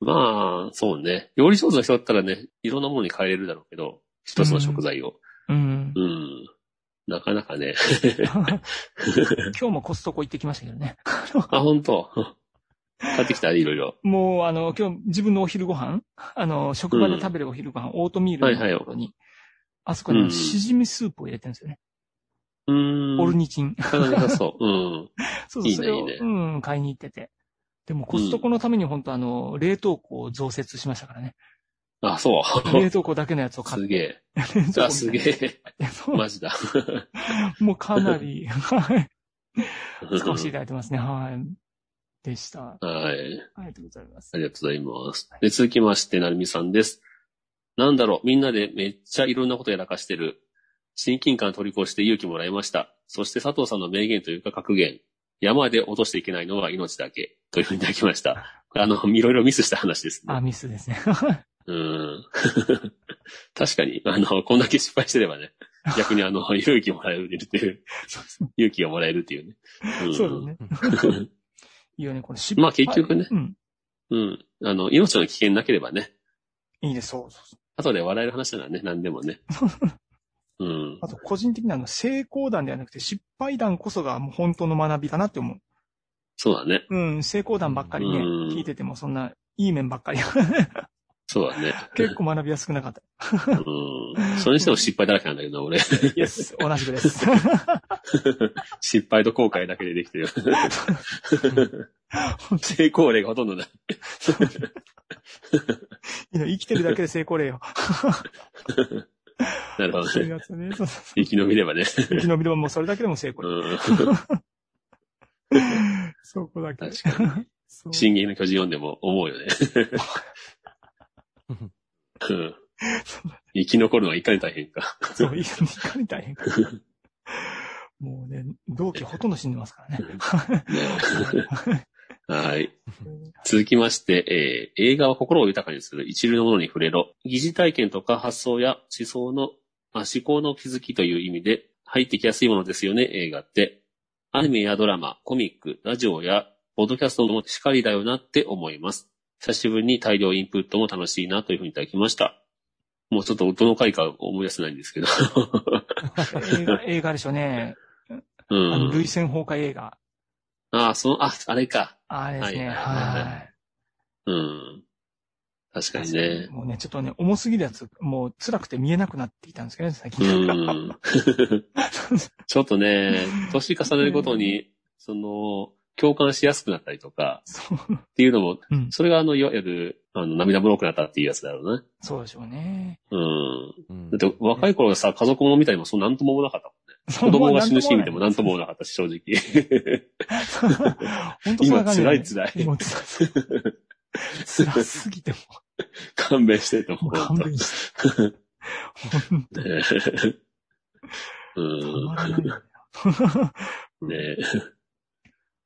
B: まあ、そうね。料理上手の人だったらね、いろんなものに変えれるだろうけど、一つの食材を。
C: うん
B: う。ん。なかなかね。
C: 今日もコストコ行ってきましたけどね。
B: あ、本当 買ってきたいろいろ。
C: もう、あの、今日自分のお昼ご飯、あの、職場で食べるお昼ご飯、オートミールのところに、あそこ
B: うん
C: にしじみスープを入れてるんですよね。
B: うーん。
C: オルニ チン。
B: 体に良さそう。うん。
C: そう
B: い
C: そ
B: いね
C: う、それを
B: いいね
C: うん、買いに行ってて。でもコストコのために本当あの、冷凍庫を増設しましたからね。
B: あ、そう。
C: 冷凍庫だけのやつを買っ
B: す
C: て。
B: げえ。
C: 冷蔵庫みたいな
B: あ、すげえ。
C: そう
B: マジだ。
C: もうかな り、はい。 少しいただいてますね。はい。でした。
B: はい。
C: ありがとうございます
B: あ。りがとうございます。で、続きまして、なるみさんです。なんだろう、みんなでめっちゃいろんなことやらかしてる。親近感取り越して勇気もらいました。そして佐藤さんの名言というか格言。山で落としていけないのは命だけ。というふうにいただきました。 あの、いろいろミスした話です
C: あ、
B: ね。
C: ミスですね。
B: うん。 確かに、あの、こんだけ失敗してればね、 逆にあの、勇気もらえるっていう、
C: そうですね
B: 勇気がもらえるっていうね。ん
C: そうだね。いいよね、これ失敗。
B: まあ結局ね
C: うん。
B: うん。あの、命の危険なければね、
C: いいね、そうそうそう。
B: 後で笑える話ならね、何でもね。うん。
C: あと、個人的にはあの、成功談ではなくて、失敗談こそがもう本当の学びかなって思う。
B: そうだね。
C: うん、成功談ばっかりね、
B: うん
C: 聞いててもそんな、いい面ばっかり。
B: そうだね。
C: 結構学びは少 なかった。
B: うん。それにしても失敗だらけなんだけどな、俺。
C: イエス、同じくです。
B: 失敗と後悔だけでできてる。成功例がほとんどない。
C: いいの生きてるだけで成功例よ。
B: なるほ
C: そ
B: ど
C: ういう
B: ね。
C: やつね。そうそうそ
B: 生
C: う
B: き延びればね。
C: 生き延びればもうそれだけでも成功
B: う
C: よ。
B: ん。
C: そこだけ。
B: 確かに。
C: そう
B: 進撃の巨人読んでも思うよね。うん。生き残るのはいかに大変か。
C: そう、いかにいかに大変か。もうね、同期ほとんど死んでますからね。
B: はい。続きまして、えー映画は心を豊かにする一流のものに触れろ。疑似体験とか発想や思想の、あ思考の気づきという意味で入ってきやすいものですよね、映画って。アニメやドラマ、コミック、ラジオや、ポッドキャストもしかりだよなって思います。久しぶりに大量インプットも楽しいなというふうにいただきました。もうちょっとどの回か思い出せないんですけど。
C: 映画、映画でしょうね。
B: う
C: あの、
B: ん。
C: 類戦崩壊映画。
B: ああ、その、あ、あれか。
C: あれですね。
B: はいはいはいはい
C: はい。
B: うん。確かにね。
C: もうね、ちょっとね、重すぎるやつ、もう辛くて見えなくなってきたんですけどね、最
B: う
C: 近。
B: ん。ちょっとね、年重ねるごとに、その、共感しやすくなったりとか、
C: そう。
B: っていうのも、
C: うん。
B: それがあの、いわゆる、あの、涙もろくなったっていうやつだろうね。
C: そうでしょうね。
B: うん。
D: うん
B: だって若い頃さ、家族ものみたいにもそうなんとも思わなかったもん。
C: 子
B: 子供が死ぬシーン見てもなんとも思わなかったし、正 直。
C: 本当そん
B: 今
C: な感
B: 辛
C: じだね
B: い辛い。
C: もう辛す辛すぎても
B: 勘弁してと
C: う、
B: 思
C: もう
B: う。
C: 勘弁して。本当
B: ねえう
C: た
B: ん。
C: まらないんだよ
B: ね え。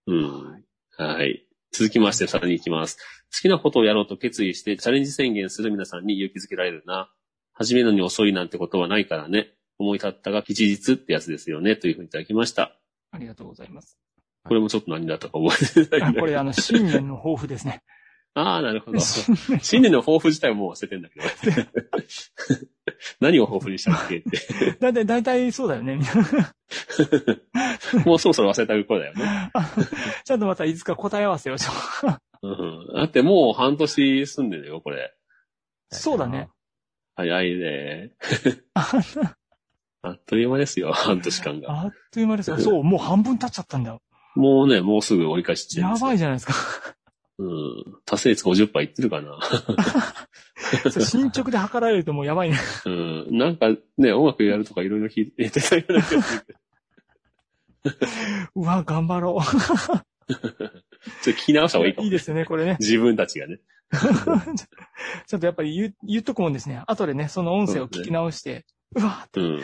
B: うん。はい。続きまして、さらに行きます。好きなことをやろうと決意してチャレンジ宣言する皆さんに勇気づけられるな。始めるのに遅いなんてことはないからね。思い立ったが吉日ってやつですよね。というふうにいただきました。
C: ありがとうございます。
B: これもちょっと何だったか覚えてない
C: あ
B: んだ
C: こ
B: け
C: れ、
B: ど。
C: あの、新年の抱負ですね。
B: ああ、なるほど。
C: 新年
B: 新年の抱負自体はもう忘れてんだけど。何を抱負にしたっけ って。
C: だいたい、だいたいそうだよね。
B: もうそろそろ忘れたる頃だよね。
C: あちゃんとまたいつか答え合わせをしよ
B: うん。だってもう半年住んでるよ、これ。
C: う。そうだね。。
B: 早いね。
C: あ
B: あっという間 ですよ、半年間が。
C: あっという間ですよ。そう、もう半分経っちゃったんだよ。
B: もうね、もうすぐ折り返し地点
C: や
B: ですよ
C: ばいじゃないですか。
B: うん。達成率50%いってるかな。
C: そう進捗で測られるともうやばいね。
B: うん。なんかね、音楽やるとかいろいろ聞いてたよ うな気がするけど。
C: うわ、頑張ろう。
B: ちょっと聞き直した方がいいかも。
C: いいですね、これね。
B: 自分たちがね。
C: ちょっとやっぱり言う言っとくもんですね。後でね、その音声を聞き直して、うわ
B: うん。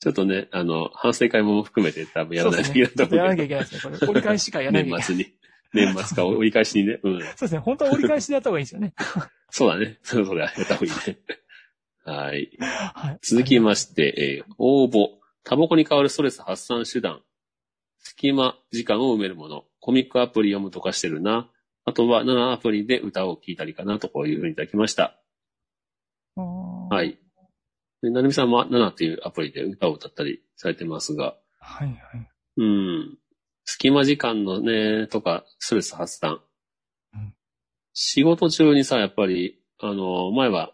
B: ちょっとね、あの、反省会も含めて多分やらないといけない
C: ち
B: と
C: ょっと
B: 思
C: やら
B: う
C: なきゃ
B: け
C: いけないですね。これ、折り返しかや
B: ど。
C: らなきゃいけな
B: 年
C: い。
B: 末に。年末か折り返しにね。うん。
C: そうですね。本当は折り返しでやった方がいいですよね。
B: そうだね。 そろそろやった方がいいね。はい。
C: はい。
B: 続きまして、えー応募。タバコに代わるストレス発散手段。隙間、時間を埋めるもの。コミックアプリ読むとかしてるな。あとは7アプリで歌を聴いたりかなとこういうふうにいただきました。
C: は。
B: はいい。でなるみさんは7っていうアプリで歌を歌ったりされてますが、
C: はいはい。
B: うん。隙間時間のね、とか、ストレス発散
C: うん。
B: 仕事中にさ、やっぱり、あの、前は、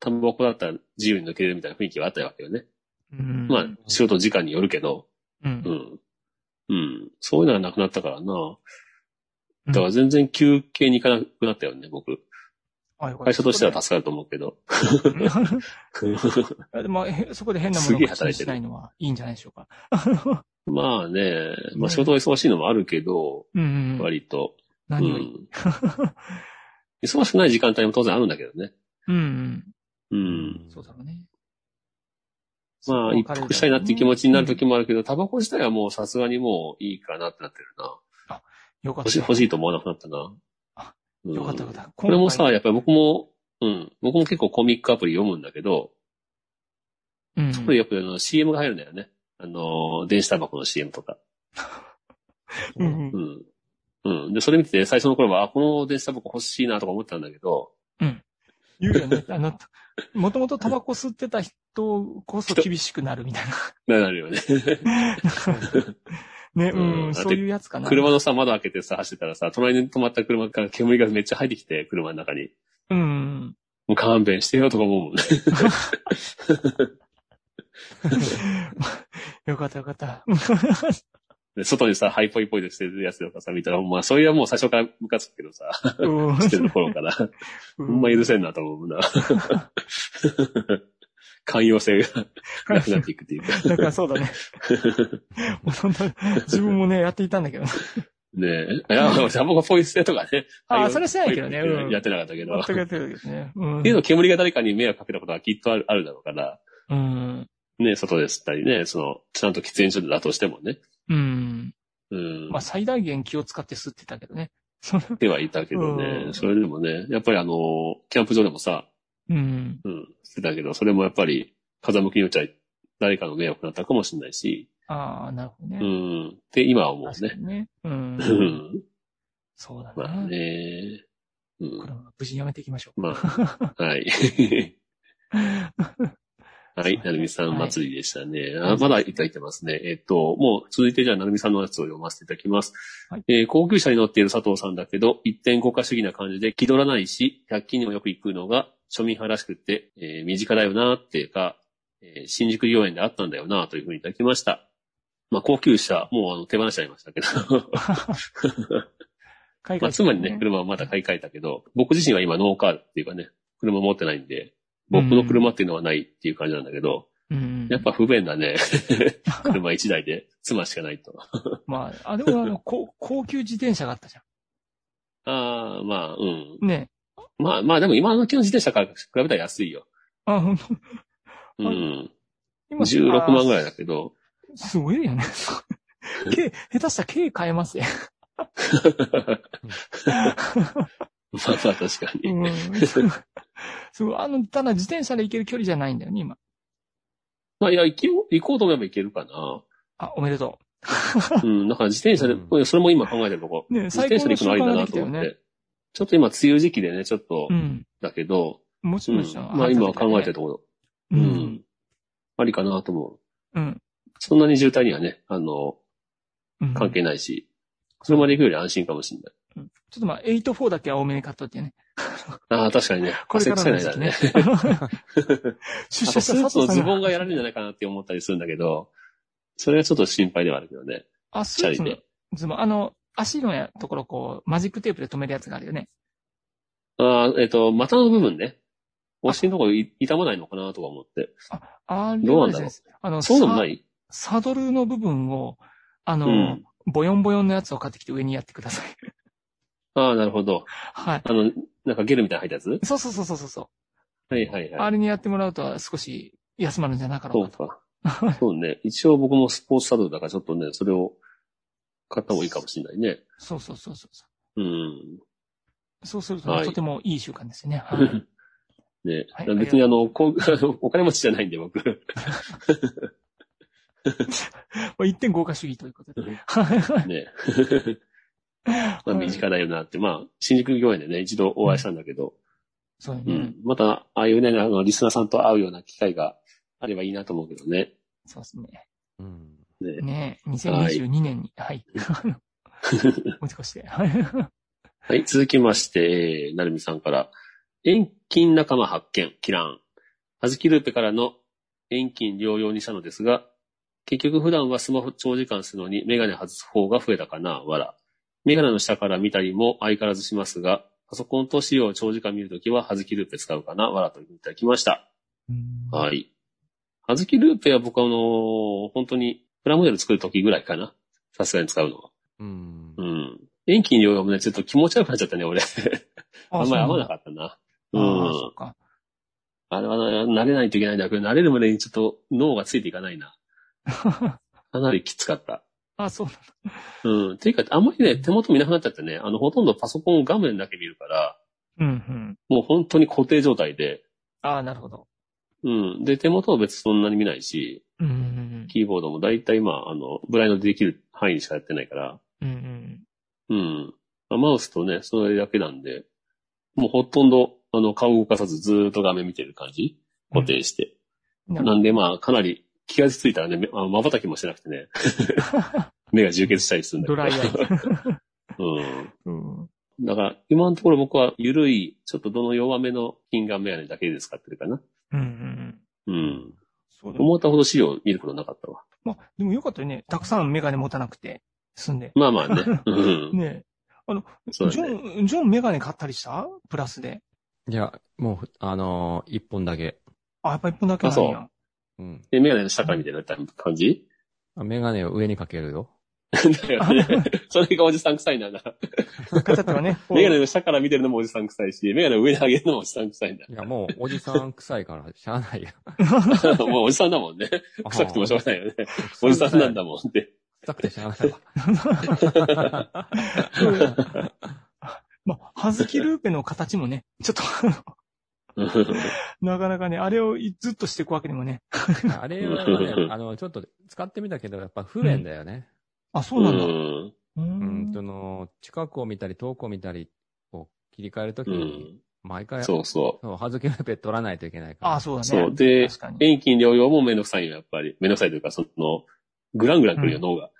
B: タバコだったら自由に抜けるみたいな雰囲気があったわけよね。
C: うん
B: まあ、仕事時間によるけど、
C: う。
B: うんん。うん。そういうのはなくなったからな。
C: うん
B: だから全然休憩に行かなくなったよね、僕。
C: あよかった
B: 会社としては助かると思うけど。
C: あでも、へそこで変なもの
B: すげ
C: を
B: え
C: 口に
B: 働い
C: して
B: る
C: ないのはいいんじゃないでしょうか。
B: まあね、まあ仕事が忙しいのもあるけど、
C: うんうんうん。
B: 割と。
C: 何より。
B: うん忙しくない時間帯も当然あるんだけどね。
C: うんうん。
B: う。
D: うん
C: そうだろうね。
B: まあ、一服したいなっていう気持ちになる時もあるけど、タバコ自体はもうさすがにもういいかなってなってるな。
C: よか
B: 欲
C: った。
B: しい、欲しいと思わなくなったな。
C: あ
B: うん
C: よかったよかった。
B: これもさ、
C: 今
B: やっぱり僕も、うん、僕も結構コミックアプリ読むんだけど、
C: 回、うん
B: そこでよくあの CM が入るんだよね。あのー、電子タバコの CM とか。
C: うんう
B: うんん。うん。で、それ見てて最初の頃は、あ、この電子タバコ欲しいなとか思ってたんだけど、
C: 言うよね。あの、もともとタバコ吸ってた人こそ厳しくなるみたい
B: ななるよね。
C: な。ね、う、
B: うんん
C: そういうやつかな。
B: 車のさ、窓開けてさ、走ってたらさ、隣に止まった車から煙がめっちゃ入ってきて、車の中に。
C: うんうん。
B: もう勘弁してよとか思うもんね。
C: よかったよか った。
B: で外にさ、ハイポイポイでしてるやつとかさ、見たら、まあ、それはもう最初からムカつくけ どさ、
C: うん
B: してる頃から。ほんま許せんなと思う な。寛容性がなくなっていくっていうか。
C: だからそうだ ね。本当に自分もね、やっていたんだけどね。
B: ねえ。いや、でもタバコポイ捨てとかね。
C: あ
B: は
C: あ、それはしてないけどね。うん。
B: やってなかったけど。っ
C: 全くやってないけどね。うん。
B: ていうの、煙が誰かに迷惑かけたことはきっとあるあるだろうから、
C: うん。
B: ね、外で吸ったりね、その、ちゃんと喫煙所だとしてもね。
C: うん。
B: うん。
C: まあ、最大限気を使って吸ってたけどね。その、
B: ではいたけどね
C: う、ん
B: それでもね、やっぱりあの、キャンプ場でもさ、
C: うん。
B: うん、してたけど、それもやっぱり、風向きによっちゃ誰かの迷惑になったかもしれないし、
C: ああ、なるほど
B: う
C: ね。
B: ん、で、今はもう
C: 確か
B: ね、
C: にね。う。
B: うんん、
C: そうだ
B: まあ
C: ね。
B: ね、う
C: これ
B: ん、
C: は無事にやめていきましょう。
B: まあ、はい。はい、なるみさ
C: は
B: ん
C: い
B: 祭りでしたね。あまだいただいてますね。えっと、もう続いてじゃあなるみさんのやつを読ませていただきます。
C: はい
B: えー高級車に乗っている佐藤さんだけど、一点豪華主義な感じで気取らないし、100均にもよく行くのが庶民派らしくって、えー身近だよなっていうか、えー新宿御苑であったんだよなというふうにいただきました。まあ、高級車、もうあの手放しちゃいました けど。
C: 海
B: まあ、
C: 外
B: 妻にね、車はまだ買い替えたけど、僕自身は今ノーカーっていうかね、車持ってないんで、僕の車っていうのはないっていう感じなんだけど、
C: うん
B: やっぱ不便だ ね。車1台で、妻しかないと。
C: まあ、あ、でもあの、こ高級自転車があったじゃ
B: ああ、まあ、うん。
C: ん。ね
B: まあまあ、でも今の時の自転車から比べたら安いよ。
C: あ、ほんと
B: うん。
C: 今
B: 16万ぐらい
C: あ
B: だけど、
C: すごいよね。 軽下手したら軽変えますね。
B: まあまあ確かに。
C: うん。すごい。あの、ただ自転車で行ける距離じゃないんだよね、今。
B: まあいや、行きよ行こうと思えば行けるかな。
C: あ、おめでと
B: うん、だから自転車で、
D: う
B: それも今考えてるとこ。
C: う。ね
B: 自
C: 最
B: 転
C: 高
B: 車で行くのあ
C: の瞬
B: り
C: 間
B: だ
C: が
B: な
C: でき
B: と
C: たよ
B: 思っ
C: ね。
B: て。ちょっと今、梅雨時期でね、ちょっと
C: う、ん。
B: だけど、
C: もち
B: うん
C: もちの、
B: まあ今考えてるところ。う
C: う。
B: んん。ありかなと思う。
C: うん。
B: そんなに渋滞にはね、あの、
C: うん。
B: 関係ないし、それまで行くより安心かもしれない。
C: ちょっとまあ、8-4だけは多めに買っといてね。
B: ああ、確かにね。
C: これから
B: 汗
C: の
B: 臭いだ
C: 時期
B: ね
C: ね。。出
B: あと
C: 社した
B: スーツのズボン
C: が。
B: がやられるんじゃないかなって思ったりするんだけど、それはちょっと心配ではあるけどね。
C: あ、ス
B: チャ
C: ーツ
B: リ
C: の
B: で。
C: ズボン。あの、足のやところ、こう、マジックテープで止めるやつがあるよね。
B: ああ、えっ、と、股の部分ね。お尻のところい傷まないのかなとか思って。
C: あれ
B: どうな
C: は
B: ん
C: で
B: だ
C: す
B: ろう
C: ね、あの、
B: そうでもな
C: サ
B: い
C: サドルの部分を、あ
B: う
C: の、
B: ん。
C: ボヨンボヨンのやつを買ってきて上にやってください。
B: ああ、なるほど。
C: はい。
B: あの、なんかゲルみたいなの入ったや
C: そうそうそうそうそうそ。
B: つはいはいうは
C: あ
B: い。
C: れにやってもらうと少し休まるんじゃなかろ
B: そううか。そうね。一応僕もスポーツサドルだからちょっとね、それを買った方がいいかもしれないね。
C: か。そうそうそうそうそ
B: うん。
C: う。そうするとね、
B: はい
C: とてもいい習慣です よね。はい。
B: ね、
C: はい
B: 別にあの、こう、 あのお金持ちじゃないんで僕。
C: まあ、一点豪華主義ということ で。
B: うん
C: はい
B: ね。まあ、身近だよなって。まあ、新宿御苑でね、一度お会いしたんだけど、
C: そうよ
B: う
C: ね。
B: ん。また、ああいうね、あの、リスナーさんと会うような機会があればいいなと思うけどね。
C: そうですね。
D: うん。
B: ね。
C: ね2022年に、はい。もう少しで。はい。
B: はい、続きまして、えーなるみさんから、遠近仲間発見、キラン。はずきルーペからの遠近療養にしたのですが、結局普段はスマホ長時間するのにメガネ外す方が増えたかな、わら。メガネの下から見たりも相変わらずしますが、パソコンと資料を長時間見るときははずきルーペ使うかな、わらといただきました。はい。はずきルーペは僕はあのー本当にプラモデル作るときぐらいかな。さすがに使うのは。
D: うん
B: う。ん。遠近療養もね、ちょっと気持ち悪くなっちゃったね、俺。あんまり合わな
C: かっ
B: かったな。
C: た
B: う
C: ああ、そ
B: ん
C: っ。か。
B: あれはな慣れないといけないんだけど、慣れるまでにちょっと脳がついていかないな。かなりきつかった。
C: あそうなんだ。
B: うん。ていうか、あんまりね、手元見なくなっちゃってね、あの、ほとんどパソコン画面だけ見るから、
C: うんうん。
B: もう本当に固定状態で、
C: ああ、なるほど。
B: うん。で、手元は別にそんなに見ないし、
C: うんうん
B: キーボードも大体まあ、あの、ブラインドできる範囲しかやってないから、
C: うん。うんうん。
B: うん。まあマウスとね、それだけなんで、もうほとんど、あの、顔動かさずずーっと画面見てる感じ固定して。
C: な
B: なんでまあ、かなり気がついたらね、めあ瞬きもしてなくて ね、目が充血したりするんだけ
C: ド
B: ど。
C: ラ イアイ。
B: う
C: うん
B: ん。だから、今のところ僕は緩い、ちょっとどの弱めの金眼メガネだけで使ってるかな。
C: うんうん。
B: うん。
C: そうだね
B: 思ったほど資料見ることなかったわ。
C: まあ、でもよかったよね。たくさんメガネ持たなくて、済んで。
B: まあまあ ね。うん。
C: ねえ。あの、ジ
B: そうだね
C: ョン、ジョンメガネ買ったりしたプラスで。
D: いや、もう、あのー一本だけ。
C: あ、やっぱ一本だけなんや。
D: うん。
B: で、メガネの下から見てるって感 じ
D: あメガネを上にかけるよ。
B: だよね。それがおじさん臭いな。
C: 買っちゃったらね。こう
B: メガネの下から見てるのもおじさん臭いし、メガネの上に上げるのもおじさん臭いんだ
D: い。や、もう、おじさん臭いから、しゃあないよ。
B: もうおじさんだもんね。臭くてもしょうがないよね。おじさんなんだもんって。
D: 臭くてしゃあないわ。
C: まあ、はずきルーペの形もね、ちょっと、あ
B: うん
C: のなかなかね、あれをずっとしていくわけでもね。
D: あれは ね、あの、ちょっと使ってみたけど、やっぱ不便だよね。
C: あ、そうなんだ。
B: ん
C: うー
D: うん、
C: ん
D: との、近くを見たり、遠くを見たりを切り替えるときに、毎回、
B: そうそ
D: そう、はずきのペン取らないといけないから。
C: ああ、そうだね。
B: そうで
C: 確か
B: う。
C: に。
B: 遠近療養もめんどくさいよ、やっぱり。めんどくさいというか、その、グラングランくるよ、
C: うん
B: 脳が。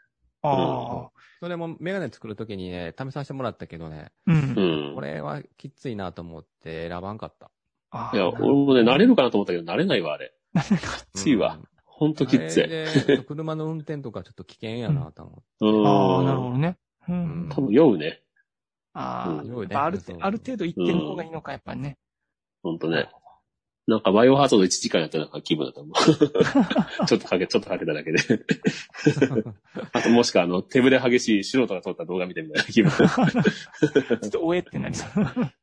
C: ああ。
D: それもメガネ作るときにね、試させてもらったけどね、
C: う。
B: うんん。
D: これはきついなと思って選ばんかった。
C: ああ
B: いや、俺もね、慣れるかなと思ったけど、慣れないわ、あれ。きついわ。ほん
D: う
B: と
D: ん。
B: きっつ
D: あ
B: い。
D: れでちょっと 車の運転とかちょっと危険やなと思って。
B: うん。
C: ああ、なるほどね。う
D: うん
C: ん。
B: 多分酔うね。
C: あ
B: う
C: あ、
B: ん
C: やっぱある程度、ある程度行ってる方がいいのか、やっぱ りね。
B: ほんとね。なんか、バイオハザード1時間やったなんか気分だったもん。 ちょっとかけ、ちょっとかけただけで。あと、もしくは、あの、手ぶれ激しい素人が撮った動画見てみたいな気分。
C: ちょっとおえってなりそう。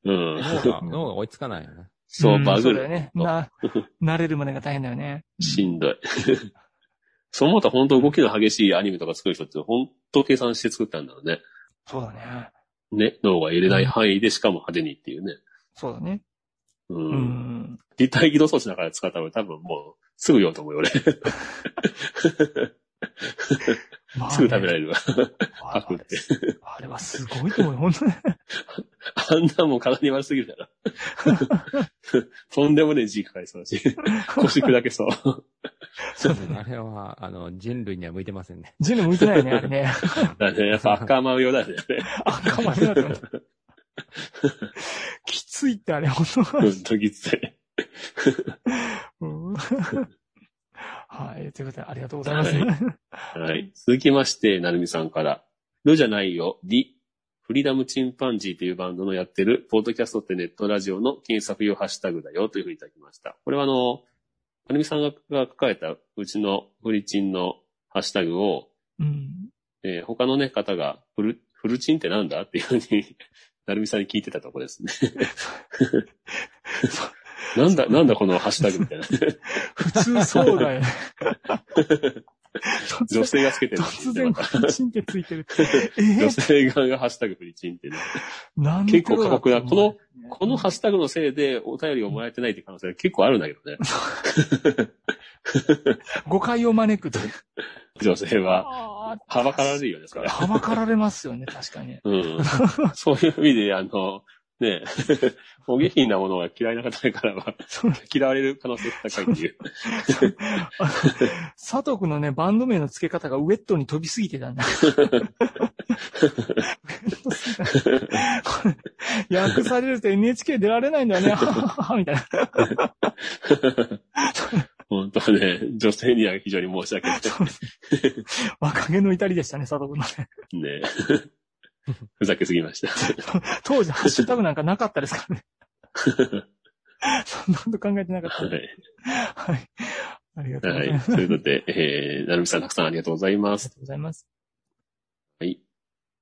B: うん。
D: 脳が、脳が追いつかないよ ね。
B: そう、
C: ん
B: バグ
C: そうだよ
B: る。
C: ね。な、慣れるまでが大変だよね。
B: しんどい。 そう思ったら本当動きの激しいアニメとか作る人って本当計算して作ったんだろうね。
C: そうだね。
B: ね、脳が入れない範囲でしかも派手にっていうね。
C: そうだね。
B: う。
C: うんん。
B: 立体起動装置だから使ったら多分もうすぐ酔うと思うよ、俺。
C: まあね
B: すぐ食べられるわ。
C: あ
B: パクって
C: あれはすごいと思うよ、本当 に。
B: あんなもん体に悪すぎるだろ。 とんでもねえ字かかりそうだし、 腰砕けそう。
C: そうだね
D: あ。れは、あの、人類には向いてませんね。
C: ジェネ向いてないね、あれね。
B: だね、やっぱ赤間用だよね。
C: あ、かまれなかった。 きついってあれ、本
B: うん、ときつい。
C: 当うんはい。ということで、ありがとうございます。
B: ははい。続きまして、なるみさんから。るじゃないよ、り。フリーダムチンパンジーというバンドのやってる、ポッドキャストってネットラジオの検索用ハッシュタグだよというふうにいただきました。これはあの、なるみさんがが書かれたうちのフリチンのハッシュタグを、
C: うん。
B: えー他のね、方が、フル、フルチンってなんだっていうふうに、 なるみさんに聞いてたとこ ですね。なんだ、なんだこのハッシュタグみたいな。
C: 普通そうだよね。
B: 女性がつけてる
C: 突然、
B: また
C: 突然、チンってついて る。え
B: 女
C: ー、
B: 性側がハッシュタグフリチンっていうの
C: なんで
B: 結構過酷な、この、このハ
C: 橋
B: ッシュタグのせいでお便りをもらえてないって可能性が結構あるんだけどね。
C: 誤解を招くという
B: 女性は。
C: あー
B: はばかられるよね、それ。
C: はばかられますよね、確かに。
B: うん。そういう意味で、あの、ねえ、お下品なものが嫌いな方からは、
C: そう
B: 嫌われる可能性が高いっていう。
C: あの 佐藤くんのね、バンド名の付け方がウェットに飛びすぎ てたんだ。これ 訳されると NHK 出られないんだよね。 みたいな。
B: 本当ね、女性には非常に申し訳ない。
C: 若気の至りでしたね、佐藤くんのね。
B: ねえふざけすぎました。
C: 当時ハッシュタグなんかなかったですからね。 そんなこと考えてなかっ
B: はい。
C: た。はい。ありがとうご
B: は
C: ざいま
B: い。
C: す。
B: ということで、えー、なるみさんたくさんありがとうございま
C: ありが
B: す。
C: とうございます。
B: はい。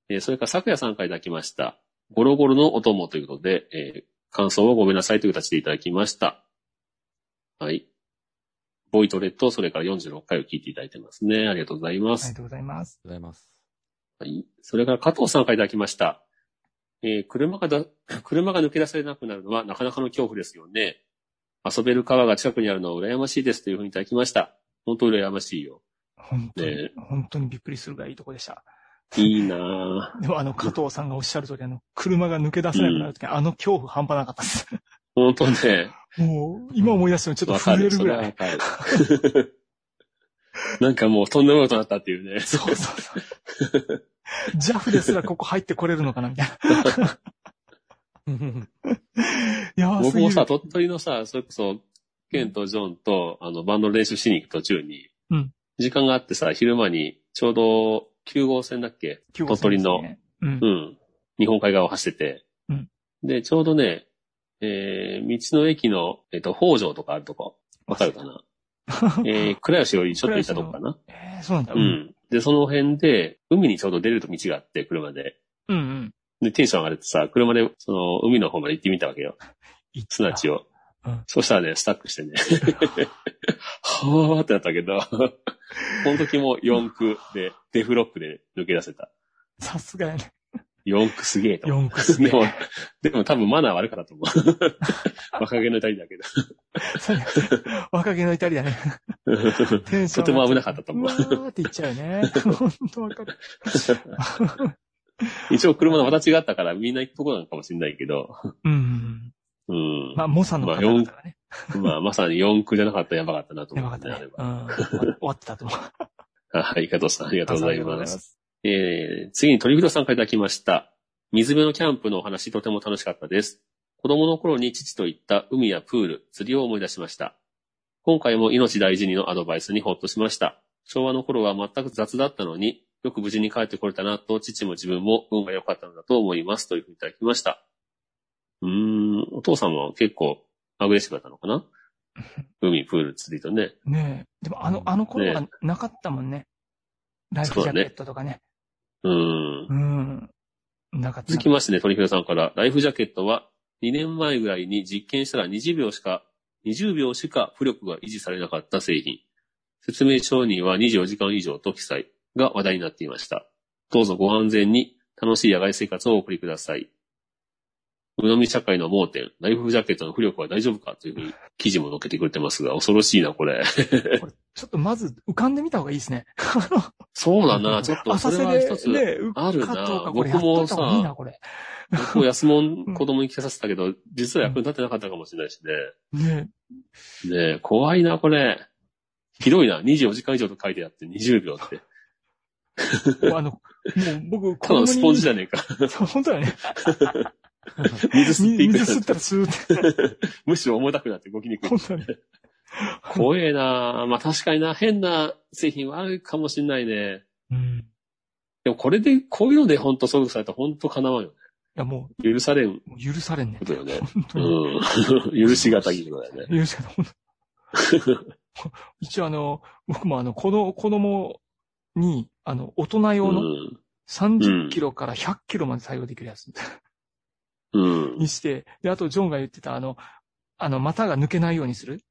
B: えーそれから、昨夜さんからいただきました。ゴロゴロのお供ということで、えー感想をごめんなさいという形でいただきました。はい。ボイトレと、それから46回を聞いていただいてますね。ありがとうございま
C: あり
B: す
C: が。とうございます。
D: ございます。
B: はい。それから、加藤さんからいただきました。えー車がだ、 車が抜け出せなくなるのはなかなかの恐怖ですよね。遊べる川が近くにあるのは羨ましいですというふうにいただきました。本当羨ましいよ。
C: 本当に、
B: ね
C: 本当にびっくりするがいいとこでした。
B: いいなぁ。
C: でもあの、加藤さんがおっしゃる通り、あの、車が抜け出せなくなるとき、あの恐怖半端なかったです。
B: 本当ね。
C: もう、今思い出してもちょっと
B: わかる。
C: 震える
B: そ
C: ぐ
B: れは
C: ら
B: わ
C: い。
B: かる。 なんかもうとんでもないことになったっていうね。
C: そうそうそう。ジャフですらここ入ってこれるのかなみたいな。やばす
B: 僕
C: ぎ
B: も
C: る。
B: さ、鳥取のさ、それこそ、ケンとジョンと、あの、バンドの練習しに行く途中に、
C: うん
B: 時間があってさ、昼間に、ちょうど9号線だっけ
C: 旧号
B: 鳥取
C: 線です
B: の、
C: ね。うん
B: う。ん。日本海側を走ってて。
C: うん
B: で、ちょうどね、えー、道の駅の、えっ、と、北条とかあるとこ。わかるかなえー、倉吉よりちょっと行ったとこかな
C: えー、そうなんだ。
B: う。ん。で、その辺で、海にちょうど出ると道があって、車で。
C: うんうん。
B: で、テンション上がってさ、車で、その、海の方まで行ってみたわけよ。
C: 行った
B: すなちを。
C: うん
B: そしたらね、スタックしてね。はわーってなったけど、この時も4区で、デフロックで抜け出せた。
C: さすがやね。
B: 4区すげえと思って
C: 4区すげ
B: でも
C: え。、
B: でも多分マナー悪かったと思う。若気の至りだ け
C: そうや若気の至り だね。
B: ど。
C: テンシ
B: と
C: ョン。
B: ても危なかったと
C: う
B: 思
C: わ
B: う。
C: ーって言っちゃうね。 本当わかる。
B: 一応車の形があったからみんな行くとこなのかもしれないけど、
C: うんうん。
B: うん。
C: まあ、猛者の方だからね。
B: まあ、まさに4区じゃなかったらやばかったなと
C: や
B: 思
C: ば
B: っ
C: かったた
B: ね、
C: ね。
B: あれ
C: う
B: は。
C: ん。終わってたと思う。あ
B: はい、加藤さん、ありがとうございます。
C: す。
B: えー、次に鳥人さんからいただきました。水辺のキャンプのお話、とても楽しかったです。子供の頃に父と行った海やプール、釣りを思い出しました。今回も命大事にのアドバイスにほっとしました。昭和の頃は全く雑だったのに、よく無事に帰ってこれたなと、父も自分も運が良かったのだと思います。というふうにいただきました。うーん、お父さんは結構アグレッシブだったのかな海、プール、釣りとね。
C: ねえ。でも、あの、あの頃はなかったもんね。ライフジャケットとかね。
B: うーん。
C: うん。なかった。
B: 続きましてね、鳥広さんから、ライフジャケットは2年前ぐらいに実験したら20秒しか、20秒しか浮力が維持されなかった製品。説明書には24時間以上と記載が話題になっていました。どうぞご安全に楽しい野外生活をお送りください。鵜呑み社会の盲点、ライフジャケットの浮力は大丈夫かというふうに記事も載っけてくれてますが、恐ろしいな、これ。
C: ちょっとまず浮かんでみた方がいいですね。
B: そうだな、ちょっとそ
C: 浅
B: れ
C: 瀬
B: は
C: で、ね、
B: 一つ。
C: 浮くかどうか、これやっといた方がいいな、これ。
B: 僕も安物子供に聞かさせたけど、実は役に立ってなかったかもしれないしね。
C: ね
B: ねえ、怖いな、これ。ひどいな。24時間以上と書いてあって、20秒って。
C: え。あの、もう僕、
B: ただのスポンジじ
C: だ。
B: ゃねえ か。
C: そう本当だね。
B: 水吸っていく
C: 水吸ったらスーって。
B: むしろ重たくなって動きにくい。
C: 本 当に。
B: 怖えなまあ確かにな、変な製品はあるかもしんないね。
C: うん。い
B: でもこれで、こういうので本当遭遇されたら本当叶わんよ
C: や、も
B: ね。許されん
C: う、もう許されんね
B: こ。とよね。
C: 本当に。
B: うん。許 しがたいことだよね。
C: 許されん本当に。一応あの、僕もあの、この子供に、あの、大人
B: う
C: 用の
B: ん。
C: 30キロから100キロまで対応できるやつ。
B: うん。
C: にして、で、あと、ジョンが言ってた、あの、あの、股が抜けないようにする。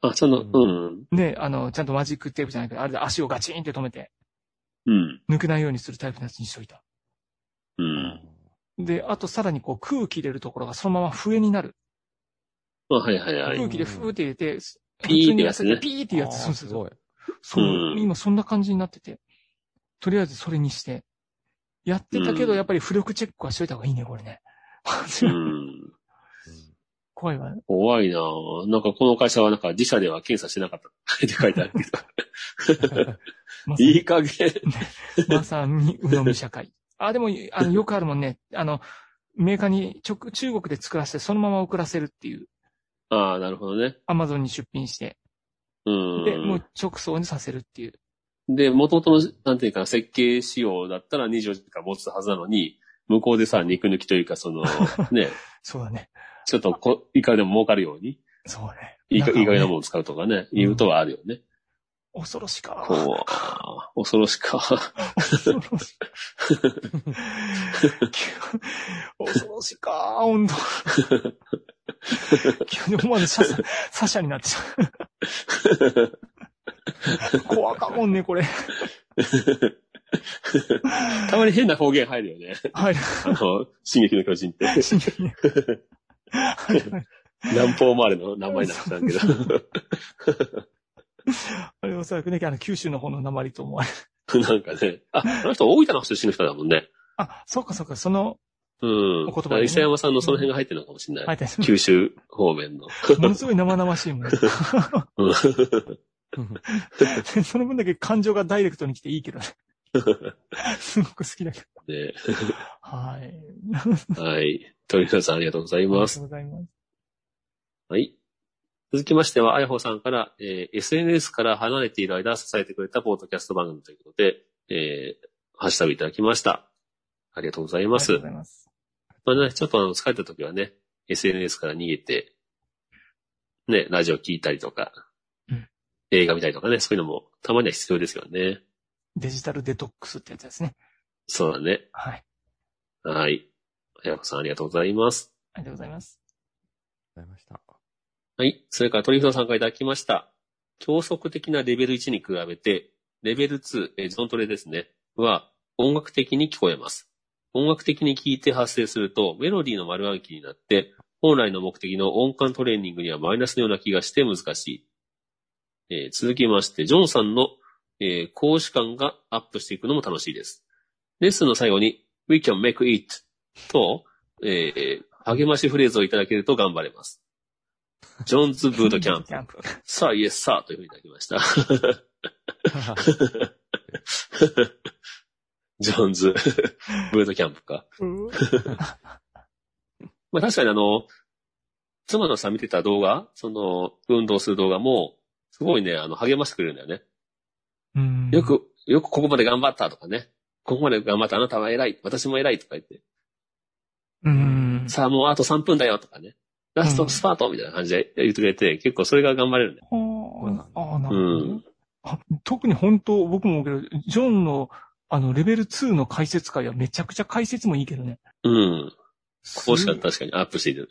B: あ、その、うん。
C: ね、あの、ちゃんとマジックテープじゃないけど、あれで足をガチンって止めて、
B: うん。
C: 抜けないようにするタイプのやつにしといた。
B: うん。
C: で、あと、さらにこう、空気入れるところがそのまま笛になる。
B: あ、はいはいはい。
C: 空気でふーって入れて、
B: ピーってやつ
C: 普通
B: ね
C: に痩せてピーってやつ。そう
D: す
C: そうそ
D: ご
C: う。
D: い。
C: そう
B: うん
C: 今そんな感じになってて。とりあえずそれにして。やってたけど、
B: うん
C: やっぱり浮力チェックはしといた方がいいね、これね。
B: うん。
C: 怖いわ。
B: 怖いなぁ。なんかこの会社はなんか自社では検査してなかったって書いてあるけど。
C: まさに
B: いい加減。
C: まさに、うのみ社会。あ、でも、あの、よくあるもんね。あの、メーカーに直、中国で作らせて、そのまま送らせるっていう、
B: ああ、なるほどね。
C: アマゾンに出品して、
B: う
C: で、
B: ん
C: もう。直送にさせるっていう。
B: で、元々の、なんていうかな、設計仕様だったら24時間持つはずなのに、向こうでさ、肉抜きというか、そ の、ね、
C: そうだね。
B: ちょっとこ、いかでも儲かるように、
C: そうだね。
B: いいか、
C: 中を
B: い
C: ね
B: い加減なものを使うとかね、いうとはあるよね。
C: 恐ろしか。
B: こう、恐ろし か。
C: 恐ろしか。 恐ろしか、本 当。急に思わずシャサ、サシャになってしまう。怖かもんね、これ。
B: たまに変な方言入るよね。
C: はい。
B: あの、進撃の巨人って。
C: 真剣にはい
B: 南方生まれの名前なんちゃうけど。
C: あれおそらくね、あの、九州の方の鉛と思われ る。
B: なんかね。あ、あの人大分の出身の人だもんね。
C: あ、そうかそうか、その、
B: うん。
C: お言葉でね
B: だから磯山さんのその辺が入ってるのかもしれない。
C: あえて、
B: 九州方面の。
C: ものすごい生々しいもんね。
B: うん
C: その分だけ感情がダイレクトに来ていいけどね。すごく好きだけど。
B: ね、
C: はい。
B: はい。鳥野さんありがとうござい
C: ありが
B: ま
C: とう
B: す。
C: ございます。
B: はい。続きましては、あやほさんから、えー SNS から離れている間、支えてくれたポートキャスト番組ということで、えーハッシュタグいただきました。ありがとうござい
C: あ
B: ま
C: りがとう
B: す
C: ご。ざいます。
B: まあね、ちょっとあの疲れた時はね、SNS から逃げて、ね、ラジオ聞いたりとか、
C: うん
B: 映画見たりとかね、そういうのもたまには必要ですよね。
C: デジタルデトックスってやつですね。
B: そうだね。
C: はい。
B: はい。あやこさんありがとうございます。
C: ありがとうございます。
D: ありました。
B: はい。それから鳥人さんからいただきました。教則的なレベル1に比べて、レベル2、えー、ゾントレですね、は音楽的に聞こえます。音楽的に聞いて発生すると、メロディーの丸暗記になって、本来の目的の音感トレーニングにはマイナスのような気がして難しい。えー続きまして、ジョンさんの、えー講師感がアップしていくのも楽しいです。レッスンの最後に、We can make it と、えー励ましフレーズをいただけると頑張れます。ジョーンズブートキャンプ。
C: プ。
B: さあ、イエスさあというふうにいただきました。 ジョーンズ、 ブートキャンプか。
C: う
B: まあ確かにあの、妻のさ、見てた動画、その、運動する動画も、すごいね、あの、励ましてくれるんだよね。
C: ん
B: よ。く、よくここまで頑張ったとかね。ここまで頑張ったあなたは偉い。私も偉いとか言って。
C: うん。
B: さあ、もうあと3分だよとかね。ラストスパートみたいな感じで言ってくれて、結構それが頑張れるんだよ。
C: ほーああ、な
B: う
C: るほど
B: ん。
C: あ特に本当、僕も思うけど、ジョンの、あの、レベル2の解説会はめちゃくちゃ解説もいいけどね。
B: うん。こうしか確かにアップしている。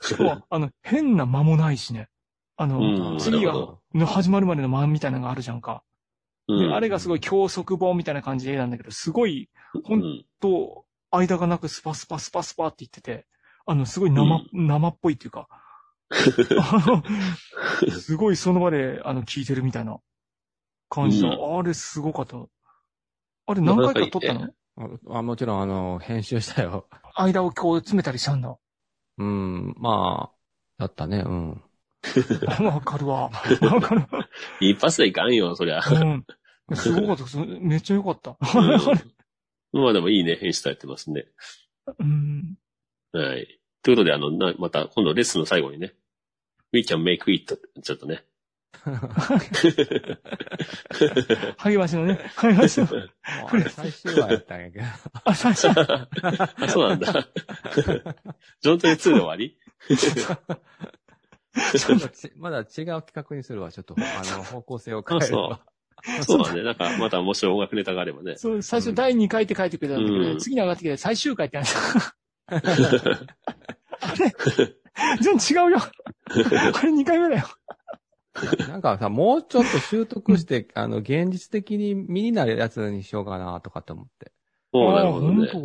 C: しかも、あの、変な間もないしね。あの、
B: うん
C: 次
B: なるほ
C: が、の始まるまでの間みたいなのがあるじゃんか。
B: う
C: で
B: ん。
C: あれがすごい教則本みたいな感じでなんだけど、すごい、
B: う
C: ほん
B: ん。
C: と、間がなくスパスパスパスパって言ってて、あの、すごい生、
B: うん
C: 生っぽいって いうか、あのすごいその場で、あの、聞いてるみたいな感じの、あれすごかった。あれ何回か撮ったの
D: あもちろん、あの、編集したよ。
C: 間をこう詰めたりしたん だ。
D: うん、まあ、だったね、うん。
C: あわかるわ。わかる。
B: 一発でいかんよ、そりゃ。
C: うん。すごかった。すめっちゃ良かった。
B: うんまあでもいいね、編集されてますね。
C: うん。
B: はい。ということで、あの、なまた、今度レッスンの最後にね、we can make it ちょっとね。
C: 励ましのね。励ま しの。
D: あれ最終話やったんやけど。
C: あ、最初。
B: あそうなんだ。ジョントン2で終わり
D: まだち まだ違う企画にするわ、ちょっと。あの、方向性を変えれば。
B: そうだね。なんか、また面白い音楽ネタがあればね。
C: そう、最初第2回って書いてくれたんだけど、
B: うん
C: 次に上がってきて最終回っ て話。あれ全然 違うよ。あれ2回目だよ。
D: なんかさ、もうちょっと習得して、 あの、現実的に身になるやつにしようかな、とかと思って。
B: もうなる
C: あ
B: ほ
C: ー
B: ど
C: 本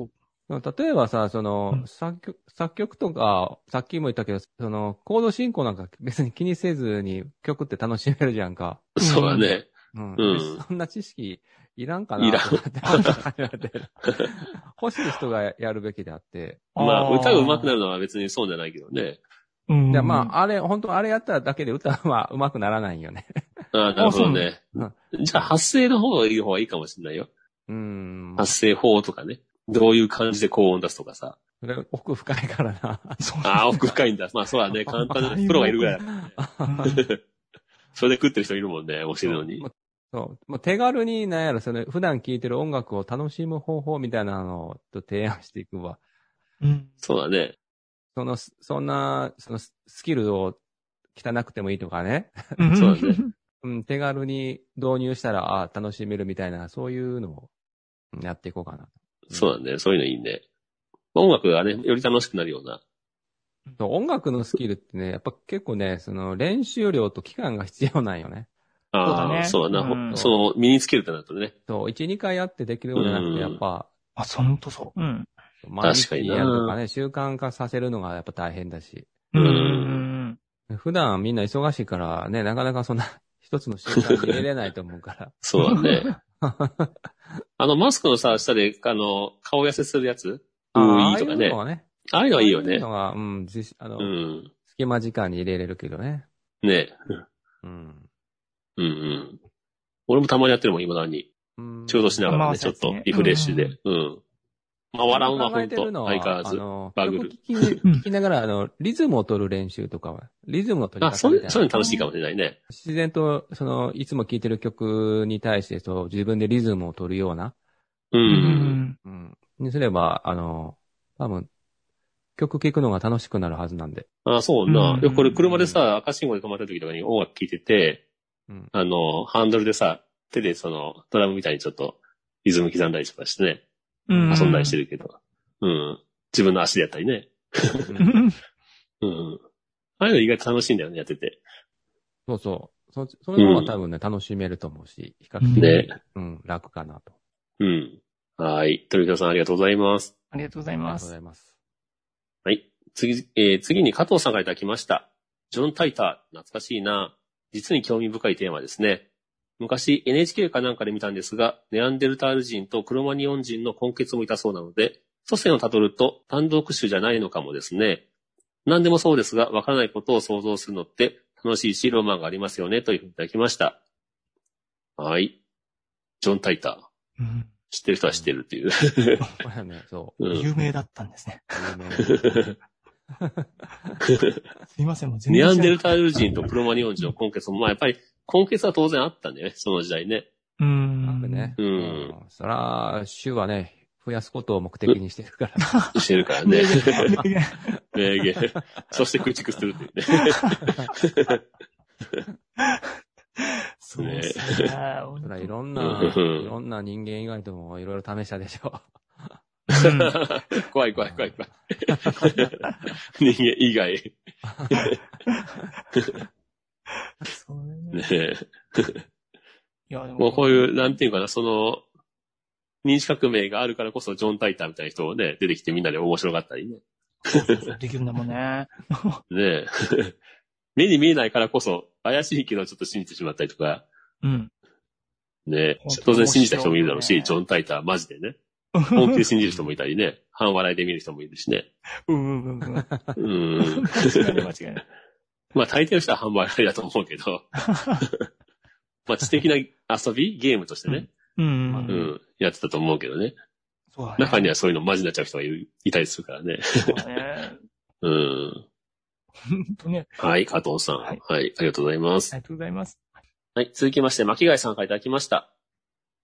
B: ね。
C: 当
D: 例えばさ、その
C: う、ん
D: 作曲、作曲とか、さっきも言ったけど、その、コード進行なんか別に気にせずに曲って楽しめるじゃんか。
B: そうだね。
D: うん。
B: うん
D: そんな知識いらんかな。
B: いらん
D: とかって考えられてる欲しい人がやるべきであって。
B: まあ、歌が上手くな
C: る。
B: るのは別にそうじゃないけどね。
C: うん。
D: で、まあ、あれ、本当あれやっただけで歌は上手くならないんよね。
B: ああ、なるほどね
D: そうなん。
B: じゃあ、発声の方がいい方がいいかもしれないよ。
D: うん。
B: 発声法とかね。どういう感じで高音出すとかさ。
D: それ奥深いからな。
C: そう
B: ああ、奥深いんだ。まあ、そうだね。簡単なプロがいるぐらいだから それで食ってる人いるもんね、教えるのに。
D: そう。まあ、手軽に、なんやろ、その、普段聴いてる音楽を楽しむ方法みたいなのをと提案していくわ。
C: うん。
B: そうだね。
D: その、すそんな、その、ススキルを汚くてもいいとかね。
C: うん
B: そうだね。
D: うん、手軽に導入したら、あー楽しめるみたいな、そういうのをうんやっていこうかな。
B: そうだね。そういうのいいね。音楽がね、より楽しくなるような。
D: そう音楽のスキルってね、やっぱ結構ね、その、練習量と期間が必要なんよね。
B: ああ、そ
C: そうう
B: だ
C: だね
B: な、
C: う
B: ほ
C: ん
B: その、身につけるってなるとね。
D: そう、1、2回やってできるようじゃなく
B: うん
D: て、やっぱ、
C: あ、そんとそう。うん。
D: 毎
B: 確かに
D: 日
B: な
D: やるとかね、習慣化させるのがやっぱ大変だし。
C: うんん。
D: 普段みんな忙しいからね、なかなかそんな 一つの習慣に入れれないと思うか
B: そうだね。 あの、マスクのさ、下で、あの、顔痩せするやつう
D: ら。
B: ーい
D: あ
B: とか
D: あいう
B: ね
D: の。はね。
B: ああいうのはいいよ
D: ああう
B: ね
D: の。が、うん、じあの、
B: うん。
D: 隙間時間に入れれるけどね。
B: ね
D: うん。
B: うんうん。俺もたまにやってるもん、今だに。
D: うん
B: 仕事しながらね、
C: 回す
B: ちょ
C: や
B: っ
C: つね
B: とリフレッシュ
C: う
B: で
C: ん。
B: うん。まあ、笑うのは
D: 考え
B: 本
D: て
B: 当
D: るのは
B: 相変わら
D: あ
B: ず。
D: の、
B: バグる
D: 曲 聞き聞きながら、あの、リズムを取る練習とかは、リズムの取り
B: あ、
D: 方
B: そう
D: み
B: いう、
D: たい
B: そうい
D: な
B: う。の楽しいかもしれないね。
D: 自然と、その、いつも聴いてる曲に対して、そう、自分でリズムを取るような、
B: う。
C: うんん。
D: うん。にすれば、あの、多分、曲聴くのが楽しくなるはずなんで。
B: あ、そうな
C: う。ん
B: よくこれ車でさ、赤信号で止まった時とかに音楽聴いてて、
D: うん。
B: あの、ハンドルでさ、手でその、ドラムみたいにちょっと、リズム刻んだりとかしてね、
C: うん。
B: 遊んだりしてるけど、うん、自分の足でやったりね。
D: うん
C: うん。
B: うんうん。ああいうの意外と楽しいんだよね、やってて。
D: そうそう。そその方が多分ね、楽しめると思うし、比較的、
B: ね
D: うん、楽かなと。
B: うん。はい。鳥川さんありがとうございます。
C: ありがとうござい
D: ありが
C: ま
D: とうご
C: す
D: ざ。います。
B: はい。次、えー次に加藤さんからいただきました。ジョン・タイター、懐かしいな。実に興味深いテーマですね。昔 NHK かなんかで見たんですが、ネアンデルタール人とクロマニオン人の根血もいたそうなので、祖先をたどると単独種じゃないのかもですね。何でもそうですが、わからないことを想像するのって楽しいし、ロマンがありますよね、というふうにいただきました。はい。ジョン・タイター。
C: うん
B: 知ってる人は知ってるっていう。
D: これはね、そう。
B: うん、
C: 有名だったんですね。
D: 有名な
C: すいません、もう全
B: ネ
C: 然
B: アン
C: 知らな
B: デ
C: い
B: ルタール人とプロマニオン人の根血も、まあやっぱり根血は当然あったんだよね、その時代ね。
C: う
D: あ
C: ん。
D: るね。
B: うん
D: そら、種はね、増やすことを目的にしてる から。
B: してる からね。
C: ね
B: 名言。そして駆逐するっていうね。
C: そうですね。
D: そら、いろん
B: う
D: な、
B: ん
D: いろんな人間以外ともいろいろ試したでし ょ。
C: うん
B: 怖い怖い怖い怖い。人間以外。
C: そうね
B: ねえ。
C: いや、で
B: もうこういう、なんていうかな、その、認知革命があるからこそ、ジョン・タイターみたいな人をね、出てきてみんなで面白がったりね。
C: そうそうそうできるんだもんね。
B: ねえ。 目に見えないからこそ、怪しいけどちょっと信じてしまったりとか、
C: うん。
B: ねえ
C: 本当
B: 当然信じた人もいるだろうし、
C: 面
B: ジ
C: 白
B: ョン・タイターマジでね、本気で信じる人もいたりね、半笑いで見る人もいるしね。
C: うんうんうんうん。
B: うーん。
C: 間違いない間違いない。
B: まあ大抵の人は半笑いだと思うけど、まあ知的な遊びゲームとしてね、
C: うん
B: う、
C: うんん。
B: やってたと思うけどね。
C: そうだね。
B: 中にはそういうのマジになっちゃう人がいるいたりするからね。
C: そうだね。
B: うん。
C: 本当ね。
B: はい、加藤さん。
C: は
B: はいい、ありがとうございます
C: あ。りがとうございます。
B: はい、続きまして、巻貝さんからいただきました。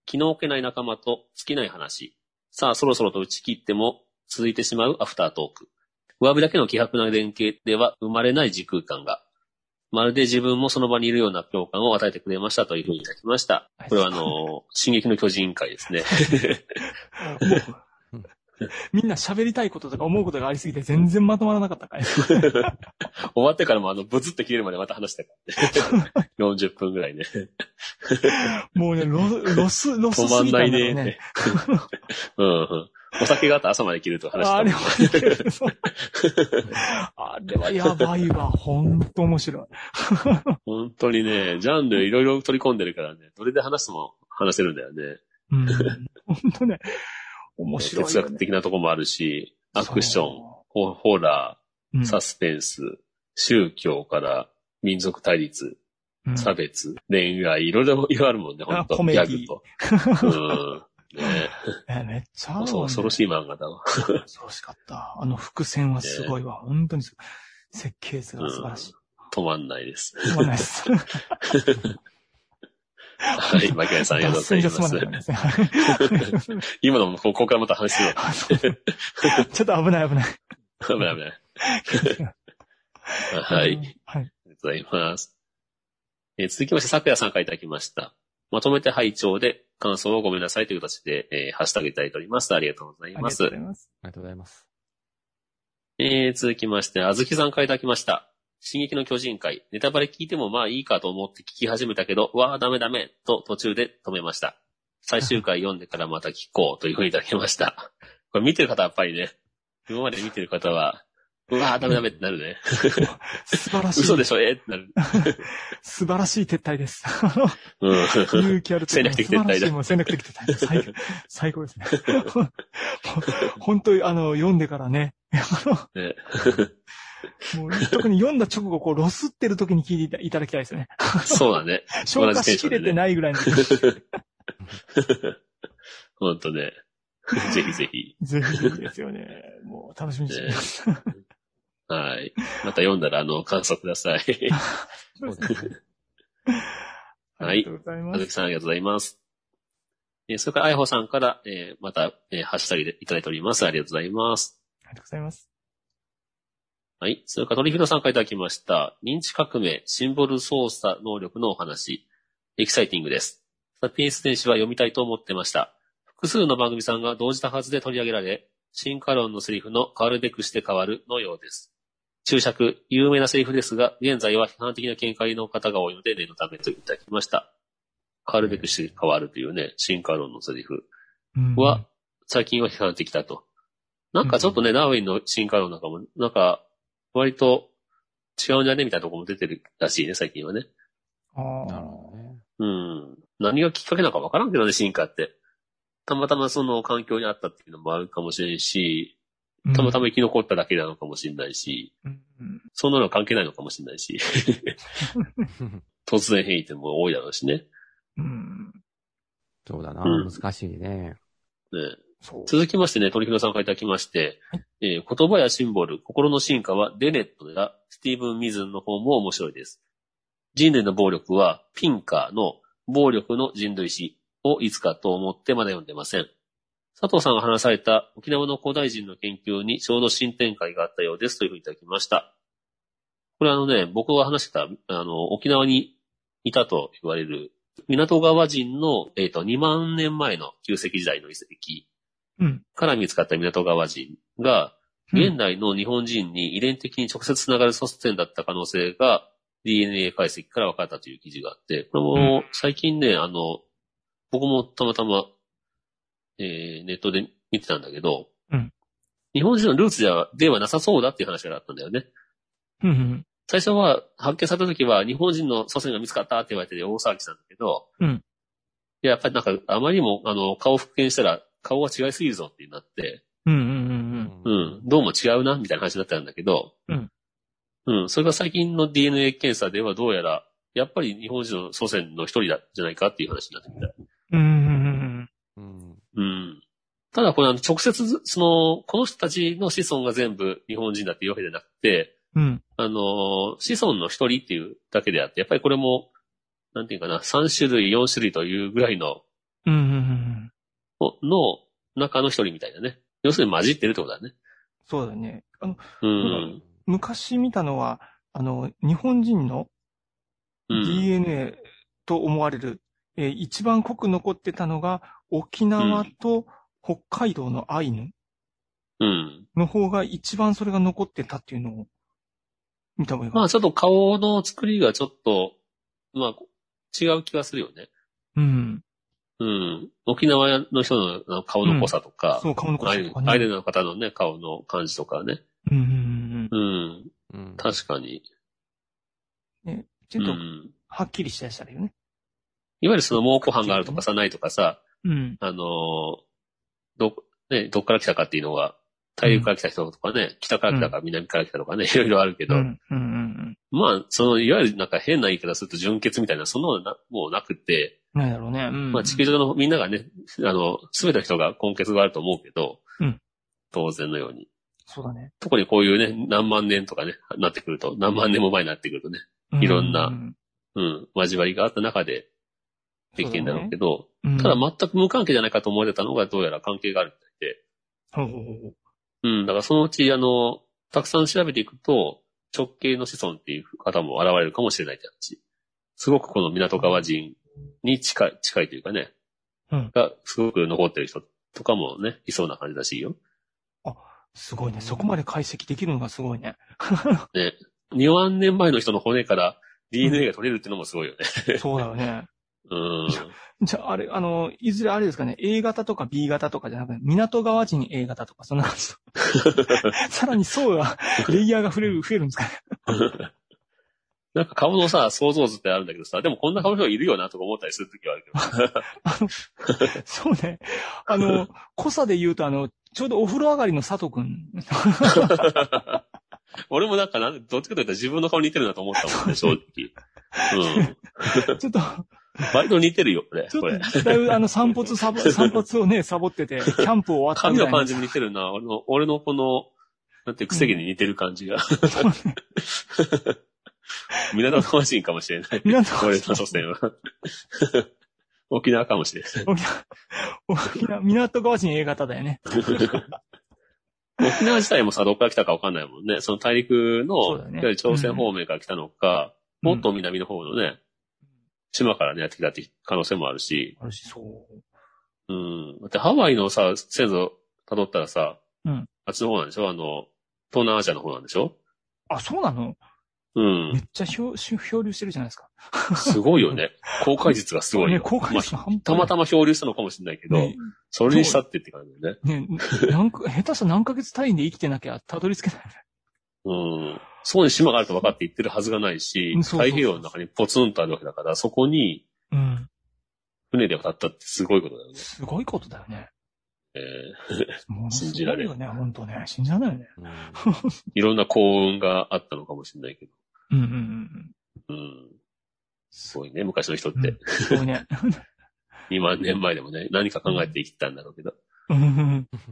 B: 気の置けない仲間と尽きない話。さあ、そろそろと打ち切っても続いてしまうアフタートーク。上辺だけの希薄な連携では生まれない時空間が。まるで自分もその場にいるような共感を与えてくれましたというふうにいただきました。これはあの、進撃の巨人会ですね。
C: もうみんな喋りたいこととか思うことがありすぎて全然まとまらなかったかい。
B: 終わってからもあの、ブツって切れるまでまた話して た。40分ぐらい ね。
C: もうね、ロロス、ロ
B: 止
C: ス
B: ますん
C: ぎた
B: な
C: んだ
B: い
C: ろ
B: ね っ
C: う
B: て
C: ね。。
B: うんうん。お酒があったら朝まで切ると話してた
C: あれ
B: もん。
C: はいけるぞあれはやばいわ。ほんと面白い。
B: 本当にね、ジャンルいろいろ取り込んでるからね、どれで話しても話せるんだよね。
C: うん。ほんとね、面白い、ね。
B: 哲学的なとこもあるし、アクション、
C: そ
B: ホホラ
C: う。うん
B: ー、サスペンス、宗教から民族対立、
C: うん
B: 差別、恋愛、いろいろいろあるもんね、本
C: あ
B: 当
C: コメ
B: ギ
C: ディ
B: ャグと。うん。 ね
C: えめっちゃあるわ、ね。
B: そう、恐ろしい漫画だわ。
C: 恐ろしかった。あの伏線はすごいわ。本当にすごい。設計図が素晴らしい。
B: 止まんないです。
C: すまんな いです。
B: はい、マキアさんありがとうござい
C: 脱線じゃ
B: ます
C: ま。んないですね。はい
B: 今のもここからまた話するの。
C: ちょっと危ない危ない。
B: 危ない危ない。はい。。
C: はい。
B: ありがとうございます。えー続きまして、桜さんからいただきました。まとめて拝聴で感想をごめんなさいという形で、えーハッシュタグいただいております。ありがとうござい
C: ありが
B: ま
C: とう
B: す
C: ござ。います。
D: ありがとうございます。
B: えー続きまして、あずきさんからいただきました。進撃の巨人会、ネタバレ聞いてもまあいいかと思って聞き始めたけど、わあダメダメと途中で止めました。最終回読んでからまた聞こうというふうにいただきました。 これ見てる方はやっぱりね、今まで見てる方は、うわあダメダメってなるね。
C: 素晴らしい。
B: 嘘でしょえーってなる。
C: 素晴らしい撤退です。
B: うん。
C: 勇気ある撤退
B: 戦略的撤退だ
C: 素晴らしいもう戦略的撤退です。最高最高ですね。 もう本当に、あの、読んでからね。あ
B: ね
C: のもう特に読んだ直後、こう、ロスってる時に聞いていただきたい ですね。
B: そうだね。
C: 消化しきれてないぐらいの時。
B: ほんとね。ぜひぜひ。
C: ぜひぜひですよね。もう楽しみにしてます。
B: はい。また読んだら、あの、感想ください。
D: そうですね。
B: は
C: あり
B: い
C: がとうございま
B: あず
C: す。
B: きさん、ありがとうございます。えーそれから、あいほさんから、えーまた、えーハッシュタグでいただいております。ありがとうございます。
C: ありがとうございます。
B: はい。それから、トリフィドさんからいただきました。認知革命、シンボル操作能力のお話。エキサイティングです。さて PS 電子は読みたいと思ってました。複数の番組さんが同時多発で取り上げられ、進化論のセリフの変わるべくして変わるのようです。注釈、有名なセリフですが、現在は批判的な見解の方が多いので、念のためといただきました。変わるべくして変わるというね、進化論のセリフ。
C: うん
B: は、最近は批判的だと。なんかちょっとね、ダーウィンの進化論なんかも、なんか、割と違うんじゃねみたいなとこも出てるらしいね、最近はね。
C: あー
D: なるほどね。
B: うん。何がきっかけなのかわからんけどね、進化って。たまたまその環境にあったっていうのもあるかもしれんし、
C: うん
B: たまたま生き残っただけなのかもしれないし、
C: うんうん
B: そんなの関係ないのかもしれないし、 突然変異っても多いだろうしね。
C: うん。
D: そうだな、
B: うん
D: 難しいね。
B: ね
C: そう。
B: 続きましてね、鳥広さんからいただきまして、えー言葉やシンボル、心の進化はデネットやスティーブン・ミズンの方も面白いです。人類の暴力はピンカーの暴力の人類史をいつかと思ってまだ読んでません。佐藤さんが話された沖縄の古代人の研究にちょうど新展開があったようですというふうにいただきました。これあのね、僕が話してた、あの、沖縄にいたと言われる、港川人の、えっ、と、2万年前の旧石器時代の遺跡
C: うん。
B: から見つかった港川人が、
C: うん
B: 現代の日本人に遺伝的に直接つながる祖先だった可能性が DNA 解析から分かったという記事があって、これも最近ね、あの、僕もたまたま、えーネットで見てたんだけど、
C: うん
B: 日本人のルーツじゃではなさそうだっていう話があったんだよね。
C: うんうん。
B: 最初は発見された時は日本人の祖先が見つかったって言われてて大騒ぎしたんだけど、
C: うん
B: いややっぱりなんかあまりにもあの顔を復元したら顔が違いすぎるぞってなって、
C: うんうんう
D: う
C: ん
B: うん、どうも違うな、みたいな話だったんだけど、
C: うん。
B: うん、それが最近の DNA 検査ではどうやら、やっぱり日本人の祖先の一人だ、じゃないかっていう話になってきた。
C: うん。うんうんうん
D: うん
B: うん。ただこれ、あの、直接、その、この人たちの子孫が全部日本人だっていうわけじゃなくて、
C: うん。うん。
B: あの、子孫の一人っていうだけであって、やっぱりこれも、なんていうかな、3種類、4種類というぐらいの、
C: うんうんうん。
B: の中の一人みたいなね。要するに混じってるってことだね。
C: そうだね。あの、
B: うん。
C: 昔見たのは、あの、日本人の
B: うん。
C: DNA と思われる、えー一番濃く残ってたのが、沖縄と北海道のアイヌ
B: うん。
C: の方が一番それが残ってたっていうのを見た覚えが
B: ま
C: あ
B: あ
C: る。
B: ちょっと顔の作りがちょっと、まあ違う気がするよね。
C: うん。
B: うん。沖縄の人のあの顔の濃さとか、
C: そう、顔の濃
B: アイ
C: さ
B: ヌ
C: とか
B: アイ
C: ね。
B: ヌの方のね、顔の感じとかね。
C: うんうんうんうん。
B: うん。
D: うん
B: 確かに。
C: ち
B: う
C: ょっと、
B: ん。
C: はっきりしたやつだよね。
B: いわゆるその猛虎犯があるとかさ、ないとかさ、
C: うん。
B: あのーど、ね、どっから来たかっていうのは、大陸から来た人とかね、北から来たか南から来たとかね、いろいろあるけ
C: う
B: ど、
C: ん。うんうん
B: まあ、その、いわゆるなんか変な言い方すると純潔みたいな、そんなのなもうなくて、
C: うん。ないだろうね。うん。
B: まあ地球上のみんながね、あの、すべての人が根血があると思うけど、
C: うん
B: 当然のように。
C: そうだね。
B: 特にこういうね、何万年とかね、なってくると、何万年も前になってくるとね、
C: う
B: いろんな
C: う
B: うん、交わりがあった中でできてんだろうけど、
C: うん
B: ただ全く無関係じゃないかと思われたのがどうやら関係があるみたいで、
C: ほうほうほうほう
B: うん、だからそのうち、あの、たくさん調べていくと、直系の子孫っていう方も現れるかもしれないって話。すごくこの港川人に近い、近いというかね、
C: うん
B: がすごく残ってる人とかもね、いそうな感じらしいよ。
C: すごいね。そこまで解析できるのがすごい ね。
B: 2万年前の人の骨から DNA が取れるってのもすごいよね。
C: そうだよね。
B: うん。
C: じゃあ、あれ、あの、いずれあれですかね、A 型とか B 型とかじゃなくて、港川人 A 型とか、そんな感じ。 さらに層が、レイヤーが増える、増えるんですかね。
B: なんか顔のさ、想像図ってあるんだけどさ、でもこんな顔の人いるよなとか思ったりするときはあるけ ど。
C: そうね。あの、濃さで言うと、あの、ちょうどお風呂上がりの佐藤 くん。
B: 俺もなんかなん、どっちかというと自分の顔似てるなと思ったもん ね、正直。うん。
C: ちょっと、
B: 割と似てるよ、これ。
C: ち
B: こ
C: ょ
B: れ。
C: っと、だいぶあの、散髪 サボ、散髪をね、サボってて、キャンプ終わった
B: 髪
C: みた
B: の
C: いな。
B: 感じも似てるな。俺の、俺のこの、なんていう、癖毛に似てる感 じが。 港の魂かもしれない。
C: 港の
B: 俺
C: 魂
B: の祖先 は。沖縄かもしれない。
C: 沖縄沖縄、港川人 A 型だよね。
B: 沖縄自体もさ、どっから来たかわかんないもんね。その大陸
C: そ
B: の、
C: う
B: い
C: だよ
B: わ
C: ね
B: ゆる朝鮮方面から来たのか、
C: うん
B: もっと南の方のね、島からね、やってきたって可能性もあるし、
C: あるし、そう。
B: うん。だってハワイのさ、先祖辿ったらさ、
C: うん
B: あっちの方なんでしょあの、東南アジアの方なんでしょ
C: あ、そうなの
B: うん
C: め。っちゃ漂し漂流してるじゃないですか。
B: すごいよ ね。公開術がすごい
C: ね、
B: よ。
C: 公開数半
B: た
C: 端ない
B: またま漂流したのかもしれないけど、
C: ね
B: それにしたってって感じだよね。
C: ね、なんか、下手したら何ヶ月単位で生きてなきゃたどり着けない。
B: うん。そこに島があると分かって行ってるはずがないし
C: う、んそうそう
B: 太平洋の中にポツンとあるわけだから、そこに、
C: うん。
B: 船で渡ったってすごいことだよね。
C: すごいことだよね。
B: え
C: ものす
B: 信じられん
C: ごいよね、本当ね。信じられないよね。
D: うん
B: ーいろんな幸運があったのかもしれないけど。
C: うんうんうん
B: うん。すごいね、昔の人っ
C: うん。う
B: て
C: ん。、すごいね。
B: 2万年前でもね、何か考えて生きてたんだろうけど。
C: うんうんうんい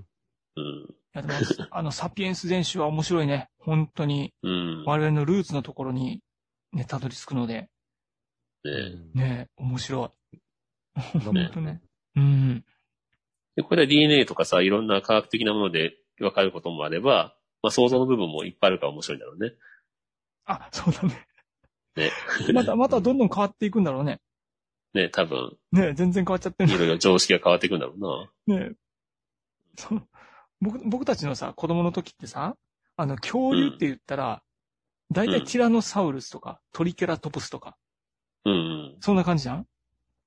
B: うん。
C: やでも、 あの、サピエンス全集は面白いね。本当に、
B: うん。
C: 我々のルーツのところに、ね、たどり着くので、
B: ね
C: ね、面白い。
D: どうも
C: 本当ね。うん。
B: で、これで DNA とかさ、いろんな科学的なもので分かることもあれば、まあ想像の部分もいっぱいあるから面白いんだろうね。
C: あ、そうだね。
B: ね。
C: また、またどんどん変わっていくんだろうね。
B: ね、多分、
C: ね、全然変わっちゃってる
B: いろいろ常識が変わっていくんだろうな。
C: ねそう僕、僕たちのさ、子供の時ってさ、あの、恐竜って言ったら、大体ティラノサウルスとか、トリケラトプスとか、
B: うんうん。
C: そんな感じじゃん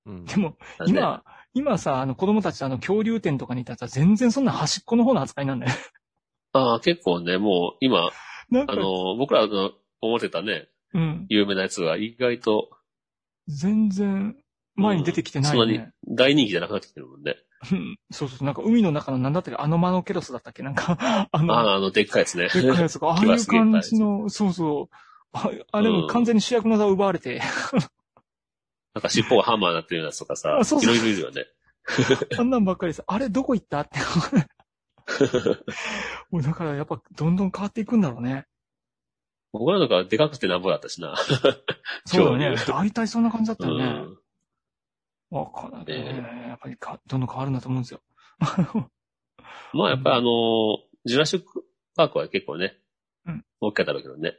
D: うん
C: でも、
B: だね、
C: 今、今さ、あの子供たちあの恐竜店とかにいたらさ、全然そんな端っこの方の扱いなんだよ。
B: ああ、結構ね、もう今、
C: なん
B: あ
C: か、
B: の、僕らの思ってたね、
C: うん。
B: 有名なやつが意外と、
C: 全然、前に出てきてないよね。
B: 大人気じゃなくなってきてるもんね。
C: うんそうそうそう、なんか海の中のなんだったっけ、アノマノケロスだったっけなんか、あの、
B: ああ、あの、でっかいやつね。
C: でっかいやつが、 ああい
B: 木は
C: う
B: すげえいっぱい
C: 感
B: ある
C: じの、そうそう。ああれも完全に主役の座を奪われ て、
B: なんか尻尾がハンマーになってるようなやつとかさ
C: あそう、
B: い
C: そう
B: ろいろいるよね。
C: あんなんばっかりです。あれ、どこ行った って。もうだからやっぱ、どんどん変わっていくんだろうね。
B: 僕らのがでかくてなんぼだったしな。
C: そうだね。大体そんな感じだった
B: う
C: よ ね。
B: ん。
C: わ、かんないけどね
B: ね。
C: やっぱりか、どんどん変わるんだと思うんですよ。
B: まあ、やっぱりあのージュラシックパークは結構ね
C: うん、
B: 大きかったろうけどね。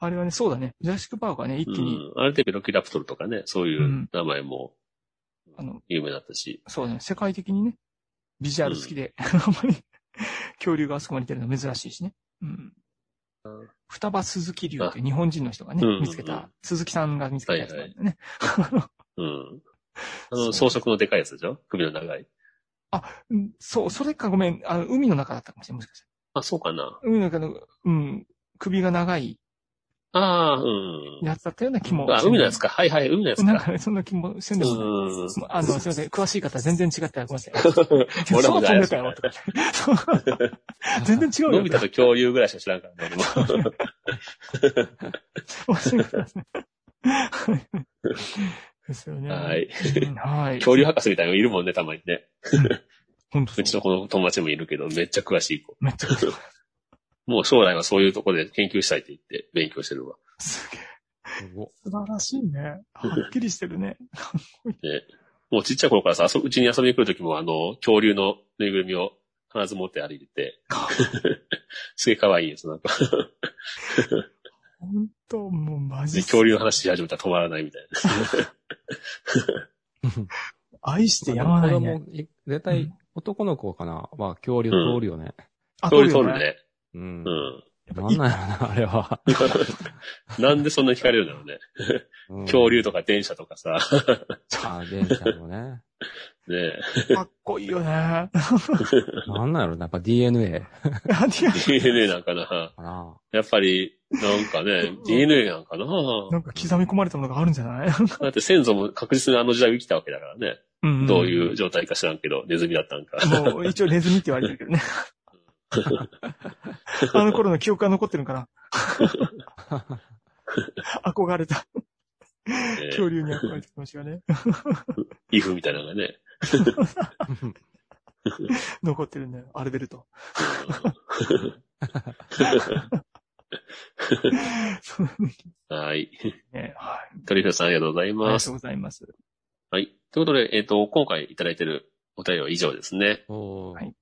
C: あれはね、そうだね。ジュラシックパークはね、一
B: う
C: 気に、
B: ん。ある程度ロキラプトルとかね、そういう名前も
C: あの、
B: 有名だったし。
C: そうだね。世界的にね、ビジュアル好きで、 あんまり、恐竜があそこまで出るの珍しいしね。うん。双葉鈴木竜という日本人の人がね
B: うんうんう、ん
C: 見つけた、鈴木さんが見つけたやつなんだよね。
B: うん。あの、
C: そ
B: 装飾のでかいやつでしょ首の長い。
C: うんそう、それかごめん、あの、海の中だったかもしれない。もしかしたら
B: あ、そうかな。
C: 海の中の、うん、首が長い
B: ああ、うん。
C: やつだったような気も。
B: あ、海のやつか。はいはい、海のやつ
C: なん
B: か。
C: かね、そんな気もせんで
B: う
C: もない。
B: ん。
C: あの、すいません、詳しい方全然違ったらごめんなさい。
B: 俺も
C: そう飛ん
B: 大
C: で
B: 好き
C: たよ、とかね。そう全然違うよ。
B: のび太と恐竜ぐらいしか知らんからね、俺も
C: 面白いですね。はいですよね。
B: はい。
C: うん。はい。
B: 恐竜博士みたいなのいるもんね、たまにね。
C: 本当そう
B: うちの子の友達もいるけど、めっちゃ詳しい子。
C: めっちゃ面白い
B: もう将来はそういうとこで研究したいって言って勉強してるわ。
C: すげえ。
D: すごっ
C: 素晴らしいね。はっきりしてるね。
B: もうちっちゃい頃からさ、遊うちに遊びに来るときも、あの、恐竜のぬいぐるみを必ず持って歩いてて、 すげえ可愛いです。なんか、
C: 本当もうマジ
B: で恐竜の話し始めたら止まらないみたいな。
C: 愛してやまない
D: 子
C: ね。
D: 供い絶対、男の子かなは恐竜通るよね。
C: あ
B: 恐竜通る。ね。
D: うん
B: う。ん。
C: やっぱ
D: ないんなんやろな、あれは。
B: なんでそんな惹かれるんだろうね。
D: うん
B: 恐竜とか電車とかさ、
D: あ、電車のね。
B: ねえ
C: かっこいいよね。
D: なんなんやろな、やっぱ DNA
C: ありがと
B: DNA なんかな。
D: か な。
B: やっぱり、なんかね、DNA なんかな。
C: うなんか刻み込まれたものがあるんじゃない
B: だって先祖も確実にあの時代を生きたわけだからね。
C: うん
B: どういう状態か知らんけど、ネズミだった んか。
C: もう一応ネズミって言われてるけどね。 あの頃の記憶が残ってるのかな 憧れた。
B: ね
C: 恐竜に憧れた気持ちがね、
B: イフみたいなのがね。
C: 残ってるんだよ。アルベルト。そう
B: うんはい。
C: ね、はい。
B: トリフィーさんありがとうござい
C: あり
B: ま
C: が
B: す
C: とう。ございます。
B: はい。ということで、えっ、と、今回いただいているお便りは以上ですね。
D: おー
C: はい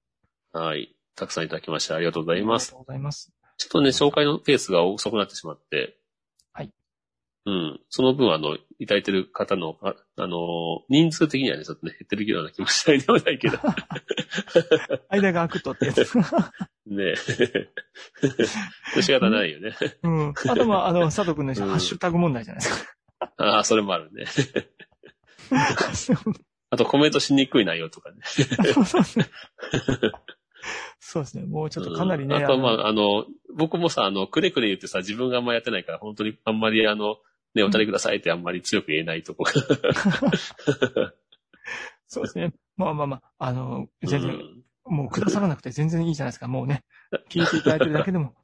B: はい。たくさんいただきましてありがとうござ
C: あ
B: い
C: り
B: ま
C: が
B: す
C: と。うございます。
B: ちょっとね、紹介のペースが遅くなってしまって。
C: はい。
B: うん。その分、あの、いただいてる方の、あ、あのー人数的にはね、ちょっとね、減ってるような気もしないでもない けど。
C: 間が空くとってやつ。
B: ね え。仕方ないよ ね。
C: うん。あとは、あの、佐藤君の
B: うん
C: ハッシュタグ問題じゃないです
B: ああ、それもあるね。
C: か。 そう
B: あとコメントしにくい内容とかね。
C: そうそうそうですね。もうちょっとかなりね。
B: うんあと、ま
C: の
B: あ、あの、僕もさ、あの、くれくれ言ってさ、自分があんまやってないから、本当にあんまり、あの、ね、お便りくださいってあんまり強く言えないとこが。
C: そうですね。まあまあまあ、あの、全
B: う
C: 然、
B: ん
C: もうくださらなくて全然いいじゃないですか。もうね、聞いていただいてるだけでも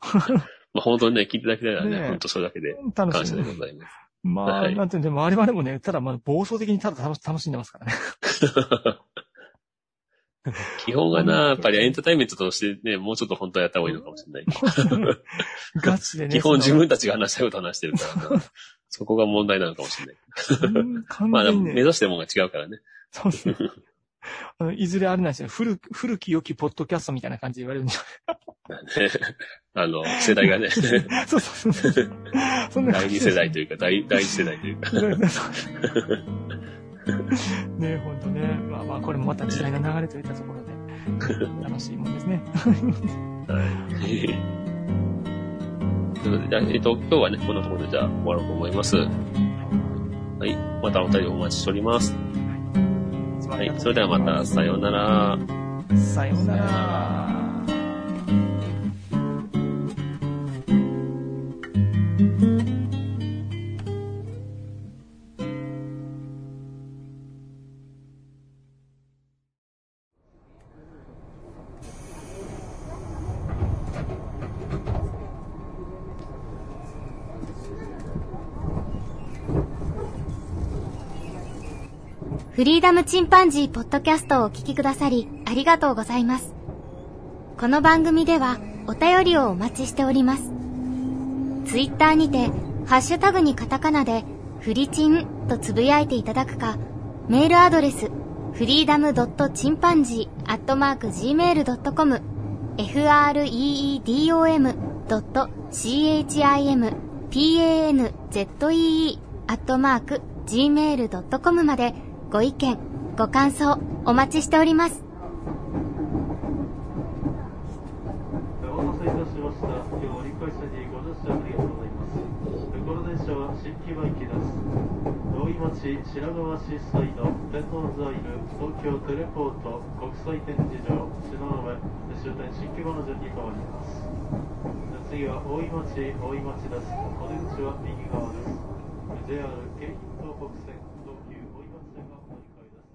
B: まあ本当にね、聞いていただきたいならね、
C: ねえ
B: 本当それだけで
C: 楽
B: 感
C: し
B: 謝
C: い
B: で。ございます。
C: ま
B: は
C: あ、
B: い
C: なんていうんで、我々もね、ただまあ暴走的にただ楽し楽しんでま すからね。
B: 基本がな、やっぱりエンターテインメントとしてね、もうちょっと本当はやった方がいいのかもしれない。
C: ガチでね。
B: 基本
C: そ
B: 自
C: の
B: 分たちが話したいことを話してるからな。 そこが問題なのかもしれない。
C: うん完
B: まあ、で
C: 全
B: も
C: に
B: 目
C: ね。
B: 指してるものが違うからね。
C: そうですね。あの、いずれあれなんですよ。古く、古き良きポッドキャストみたいな感じで言われるんじゃ
B: あの、世代がね、
C: ない そうそうそうそう。そんな
B: 第
C: 感
B: 二
C: じ
B: 世代というか、第第一世代というか。
C: ねえ、ほんとね。まあまあ、これもまた時代の流れといったところで、楽しいもんですね。
B: はい。ということで、じゃあ、えっと、今日はね、こんなところでじゃあ終わろうと思います。はい。またお便りお待ちしております。はい。それではまた、さようなら。
C: た。さようなら。
A: フリーダムチンパンジーポッドキャストをお聞きくださりありがとうございます。この番組ではお便りをお待ちしております。ツイッターにて、ハッシュタグにカタカナで、フリチンとつぶやいていただくか、メールアドレス、フリーダムドットチンパンジーアットマーク Gmail.com、freedom ドット chimpanzee アットマーク Gmail.com までご意見、ご感想お待ちしております。
E: お待たせいたしました。今日は折り返しにご乗車ありがとうございます。この電車は新木場行きです。大井町白川シーサイド、天王座いる東京テレポート国際展示場、篠上、終点新木場の順に変わります。次は大井町、大井町です。お出口は右側です。JR 京浜東北線、東急大井町線がお乗り換えです。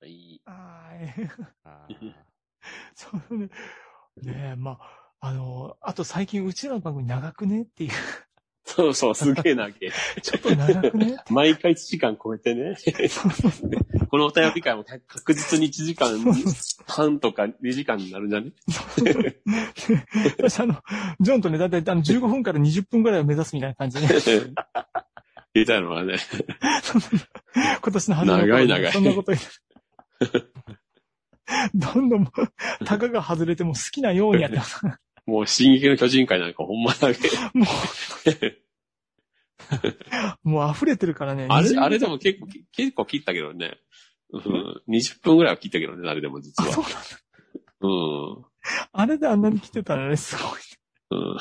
B: はい。
C: あー
D: あ
C: そうね。ねえ、まあ、あの、あと最近うちらの番組長くねっていう。
B: そうそう、すげえな、 け。
C: ちょっと長くね
B: 毎回1時間超えて ね。
C: そうそうそう
B: このお便り会も確実に1時間半とか2時間になるんじゃ ね
C: 私あの、ジョンとね、だいたいあの15分から20分ぐらいを目指すみたいな感じ で、ね、
B: 言えたのはね。
C: 今年の初めの頃
B: 長い長い
C: そんなこと言 うどんどん、たかが外れても好きなようにやって ます。
B: もう、進撃の巨人会なんかほんまだけ。
C: もう、もう溢れてるからね。
B: あ
C: 20
B: れ、あれでも結構、結構切ったけどね。うん。20分ぐらいは切ったけどね、あれでも実
C: あ、そ
B: は。
C: うなんだ。
B: うん。
C: あれであんなに来てたのね、すごい。
B: うん。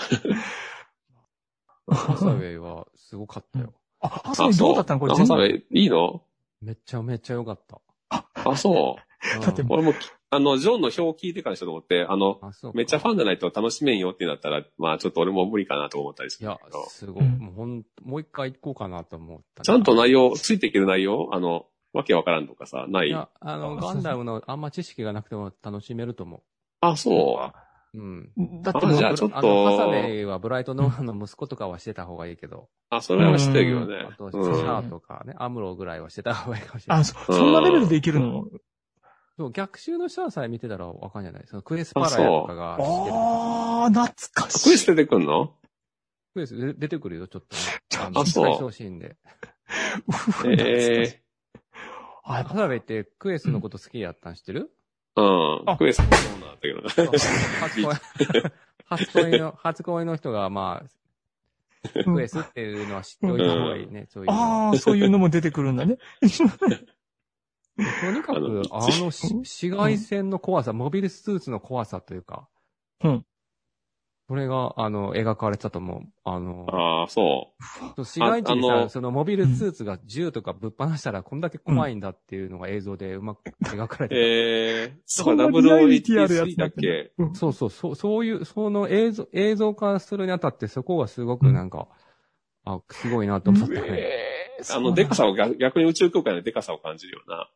D: あ。ハサウェイはすごかったよ。
C: あ、ハサウェイどうだったのこれ
B: あ
C: 全
B: ハサウ
C: 部。
B: ェイいいの
D: めちゃめちゃ良かった。
B: あ、そう。
C: だって
D: うん
B: 俺も、あの、ジョンの表を聞いてからしたと思って、あの、
D: あそうか
B: めっちゃファンじゃないと楽しめんよってなったら、まあちょっと俺も無理かなと思ったりす
D: い
B: るん
D: や
B: だけど、。
D: すごい。
C: うん
D: もうほん、もう一回行こうかなと思ったね。
B: ちゃんと内容、ついていける内容、あの、わけわからんとかさ、ないい。
D: や、あの、
C: あそうそ
D: ガ
C: う
D: ンダムのあんま知識がなくても楽しめると思。
B: あ、そう
D: うん。
C: うんだっ
B: う。
C: て
B: あ、
C: もう
B: じゃあちょっ
D: あの、ハサウ
B: と、
D: ェイはブライトノーランの息子とかはしてた方がいいけど、
B: あ、それは知ってるけど
D: あと、
B: ね
D: シ。
B: う
D: ャ
B: ん。
D: アとかね、アムロぐらいはしてた方がいいかもしれな
C: あ
D: い。
C: そ、そんなレベルでいけるの
D: そう、逆襲のシャアさえ見てたらわかんじゃないそのクエスパラヤとかがしてる
C: ああ、懐か
B: クイ
C: し
B: ズ
C: い。
B: 出てくんの
D: クエス出出てくるよ、ちょっとね。あ
B: あそう
D: 最小シーンで。
B: ええ
C: あ、やっ
D: ハサウェイってクエスのこと好きやったん知ってる
B: うん。
C: あ
B: クエストそうなんだけどね。
D: そう初恋、初恋の、初恋の人が、まあ、
C: うん
D: クエスっていうのは知っておいた方がいいね、そういうのは。
C: ああ、そういうのも出てくるん だね。
D: とにか
B: あの
D: く、あのし、紫外線の怖さ、モビルスーツの怖さというか、
C: うん。
D: これが、あの、描かれてたと思う。あの、
B: ああ、そ
D: そう市街地に
B: ああ
D: さ、
B: の
D: そのモビルスーツが銃とかぶっ放したらこんだけ怖いんだっていうのが映像でうまく描かれ
B: う。
D: て
B: ええそ
C: そ
B: うん
C: な
B: か、
C: リアリティあるやつ
B: WOET3 だっけ
D: た。そうそう、そう、そういう、その映像、映像化するにあたってそこがすごくなんか、あ、すごいなと思ったね。
C: ええ
B: あ
C: そうな
B: の、
C: んだ
B: デカさを逆、逆に宇宙空間でデカさを感じるような。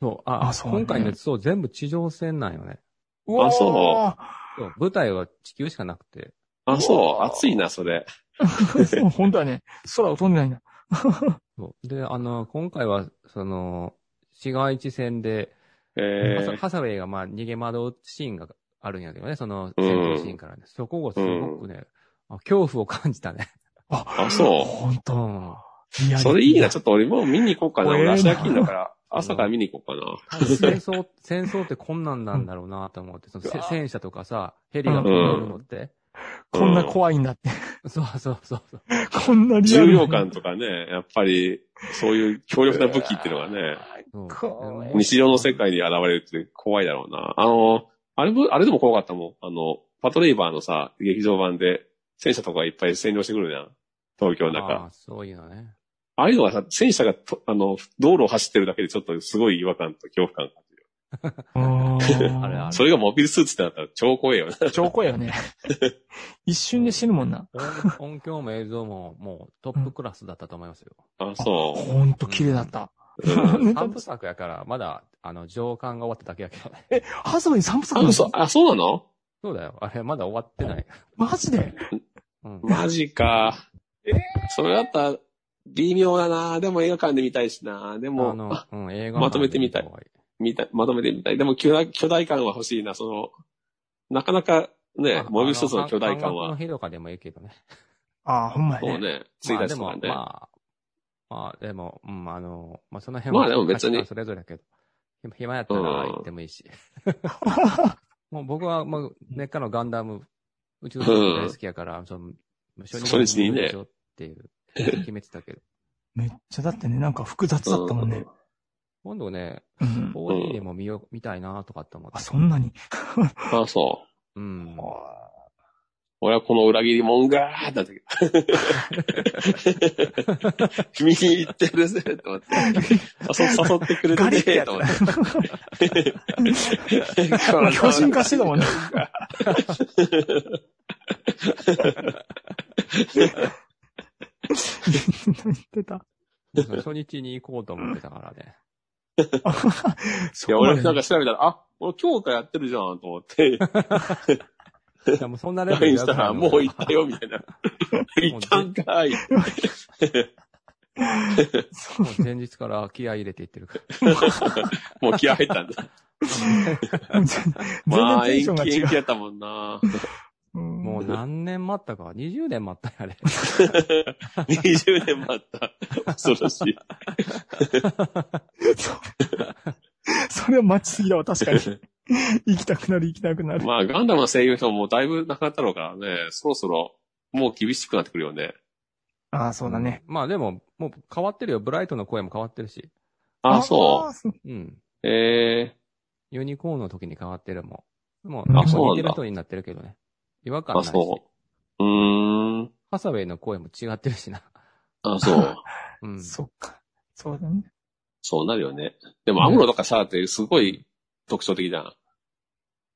D: そう、あ、
C: あそうね
D: 今回のやつ、そう、全部地上戦なんよね。
C: うわー
B: あそ
D: そう、舞台は地球しかなくて。
B: あ、そうう、
C: わ
B: 暑いな、それ。
C: そう。 本当はね、空を飛んでないな。
D: そうで、あの、今回は、その、市街地戦で、
B: え
D: ハ サ
B: ー、
D: ハサウェイがまあ逃げ惑うシーンがあるんやけどね、その戦闘シーンからね。そこがすごくね、あ恐怖を感じたね。
B: あ、そ
C: 本
D: う
C: 当。
D: ん。
C: リア
B: う。
C: リ
B: それいいな、ちょっと俺もう見に行こうかな。
C: ええ
B: 俺
C: な
B: 足がきんだから、朝から見に行こうかな。
D: 多分戦争、戦争ってこんなんなんだろうなと思って、そのせ
C: うわ
D: 戦車とかさ、ヘリが飛んでるのって。
C: こんな怖いんだって。
D: そうそうそうそう。
C: こんなリアル
B: 重
C: な。
B: 量感とかね、やっぱり、そういう強力な武器っていうのがね、
D: そう
C: 怖い
B: 日常の世界に現れるって怖いだろうな。あの、あれも、あれでも怖かったもん。あの、パトレイバーのさ、劇場版で、戦車とかいっぱい占領してくるじゃん。東京の中。
D: ああ、そういうのね。
B: ああいうのがさ、戦車がと、あの、道路を走ってるだけでちょっとすごい違和感と恐怖感感じるよ。
C: あ
D: あれあれ
B: それがモビルスーツってなったら超怖えよな。
C: 超怖いよ ね。一瞬で死ぬもんな。
D: 音音響も映像ももうトップクラスだったと思いますよ。
B: あ、そ
C: ほんと綺麗だった。
B: う。うん、
D: 三部作やから、まだ、あの、上巻が終わっただけやけどね。
C: ハサウェイ散歩す
B: あの、そう、あ、そうなの
D: そうだよ。あれ、まだ終わってない。
C: マジで
D: うん。
B: マジか。えそれだったら、微妙だな。でも映画館で見たいしな。で
D: あ
B: も、
D: の、うん、映画
B: まとめてみたい見た、まとめてみたい。でも巨大、巨大感は欲しいな。その、なかなかね、モビルスーツの巨大感
D: の
B: は、
D: 広かでもいいけどね。
C: ああ、ほんま
B: そ
C: や
B: う
C: ね。
B: ね、ついた
D: まあ
B: り
D: で
B: と
D: も
B: か、ね。
D: まあ、まあでも、うん、あの、まあその辺は、
B: まあでも別に
D: 価値観それぞれやけど、暇暇やったら行ってもいいし。 もう僕は、もう、根っからのガンダム、宇宙人大好きやから、その、初
B: 初日にね
D: 見ようっていう、決めてた けど。
C: めっちゃだってね、なんか複雑だったもんね。
D: 今度ね、
C: うん。
D: 4D でも見よう、見たいなとかって思って
C: あ、。そんなに。
B: あ、そう。
D: うん。
B: 俺はこの裏切り者がーってなったけ ど。見に行ってるぜ、と思って。誘誘ってくれ
C: ガリ
B: て
C: って
B: ね
C: や
B: ー
C: つ
B: と思
C: だ
B: って。。 この
C: 巨人化してたもんね。言って た。
D: その初日に行こうと思ってたから ね。
C: そ
B: いや、
C: こま
B: 俺
C: で
B: なんか調べたら、あ、俺今日からやってるじゃん、と思って。
D: いや、もうそんなレベ
B: LINE
D: ルじ
B: し
D: ゃ
B: た、
D: なから
B: もう行ったよ、みたいな。行ったんかい。
C: そう
D: もう前日から気合い入れていって るから。
B: もう気合入ったんだ。
C: 全
B: ま
C: 然
B: あ、
C: テン
B: 延
C: ションが
B: 期
C: 違
B: 延期
C: う。
B: やったもんな。
C: うん
D: もう何年待ったか、20年待ったんやね。
B: 20年待った。恐ろしい。
C: そうそれは待ちすぎだわ、確かに。行きたくなる、行きたくなる。
B: まあ、ガンダムの声優の人ももうだいぶなくなったろうからね、そろそろ、もう厳しくなってくるよね。
C: ああ、そうだね。。。
D: まあでも、もう変わってるよ。ブライトの声も変わってるし。
B: あ、そう
D: うん。
B: う。え
D: ユニコーンの時に変わってるもん。も
C: あ
D: う、
B: そうなんだ
D: 似てる人になってるけどね。違和
B: え
D: 感
B: ー、あ、
D: ないし。
B: そう。うーん。
D: ハサウェイの声も違ってるしな。
B: あ、そう。
D: うん。
C: そっか。そうだね。
B: そうなるよね。でも、アムロとかシャアってすごい特徴的じゃん。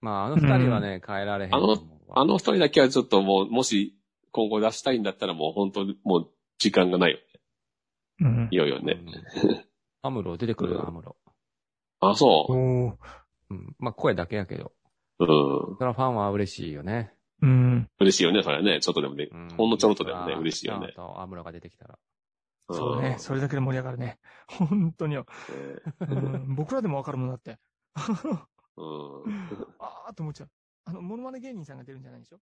D: まあ、あの二人はね、変えられへんと思うわ。
B: あの二人だけはちょっともう、もし今後出したいんだったらもう本当にもう時間がないよ。
C: うん
B: い。よいよ
D: うん
B: ね。。
D: アムロ出てくる
B: う
D: よ、
B: ん
D: アムロ。
B: あ、そ
C: おー
D: うん。まあ、声だけやけど。
B: う。うん。
D: それはファンは嬉しいよね。
C: うん。
B: 嬉しいよね、それはね。ちょっとでもね。
D: うん。
B: ほんのちょろっとでもね
D: あー
B: 嬉しいよね
D: ちゃんとアムロが出てきたら。
B: ん
C: そうね。それだけで盛り上がるね。本当によ。うん僕らでもわかるもんだって。
B: うん。
C: あーって思っちゃう。あの、モノマネ芸人さんが出るんじゃないでしょ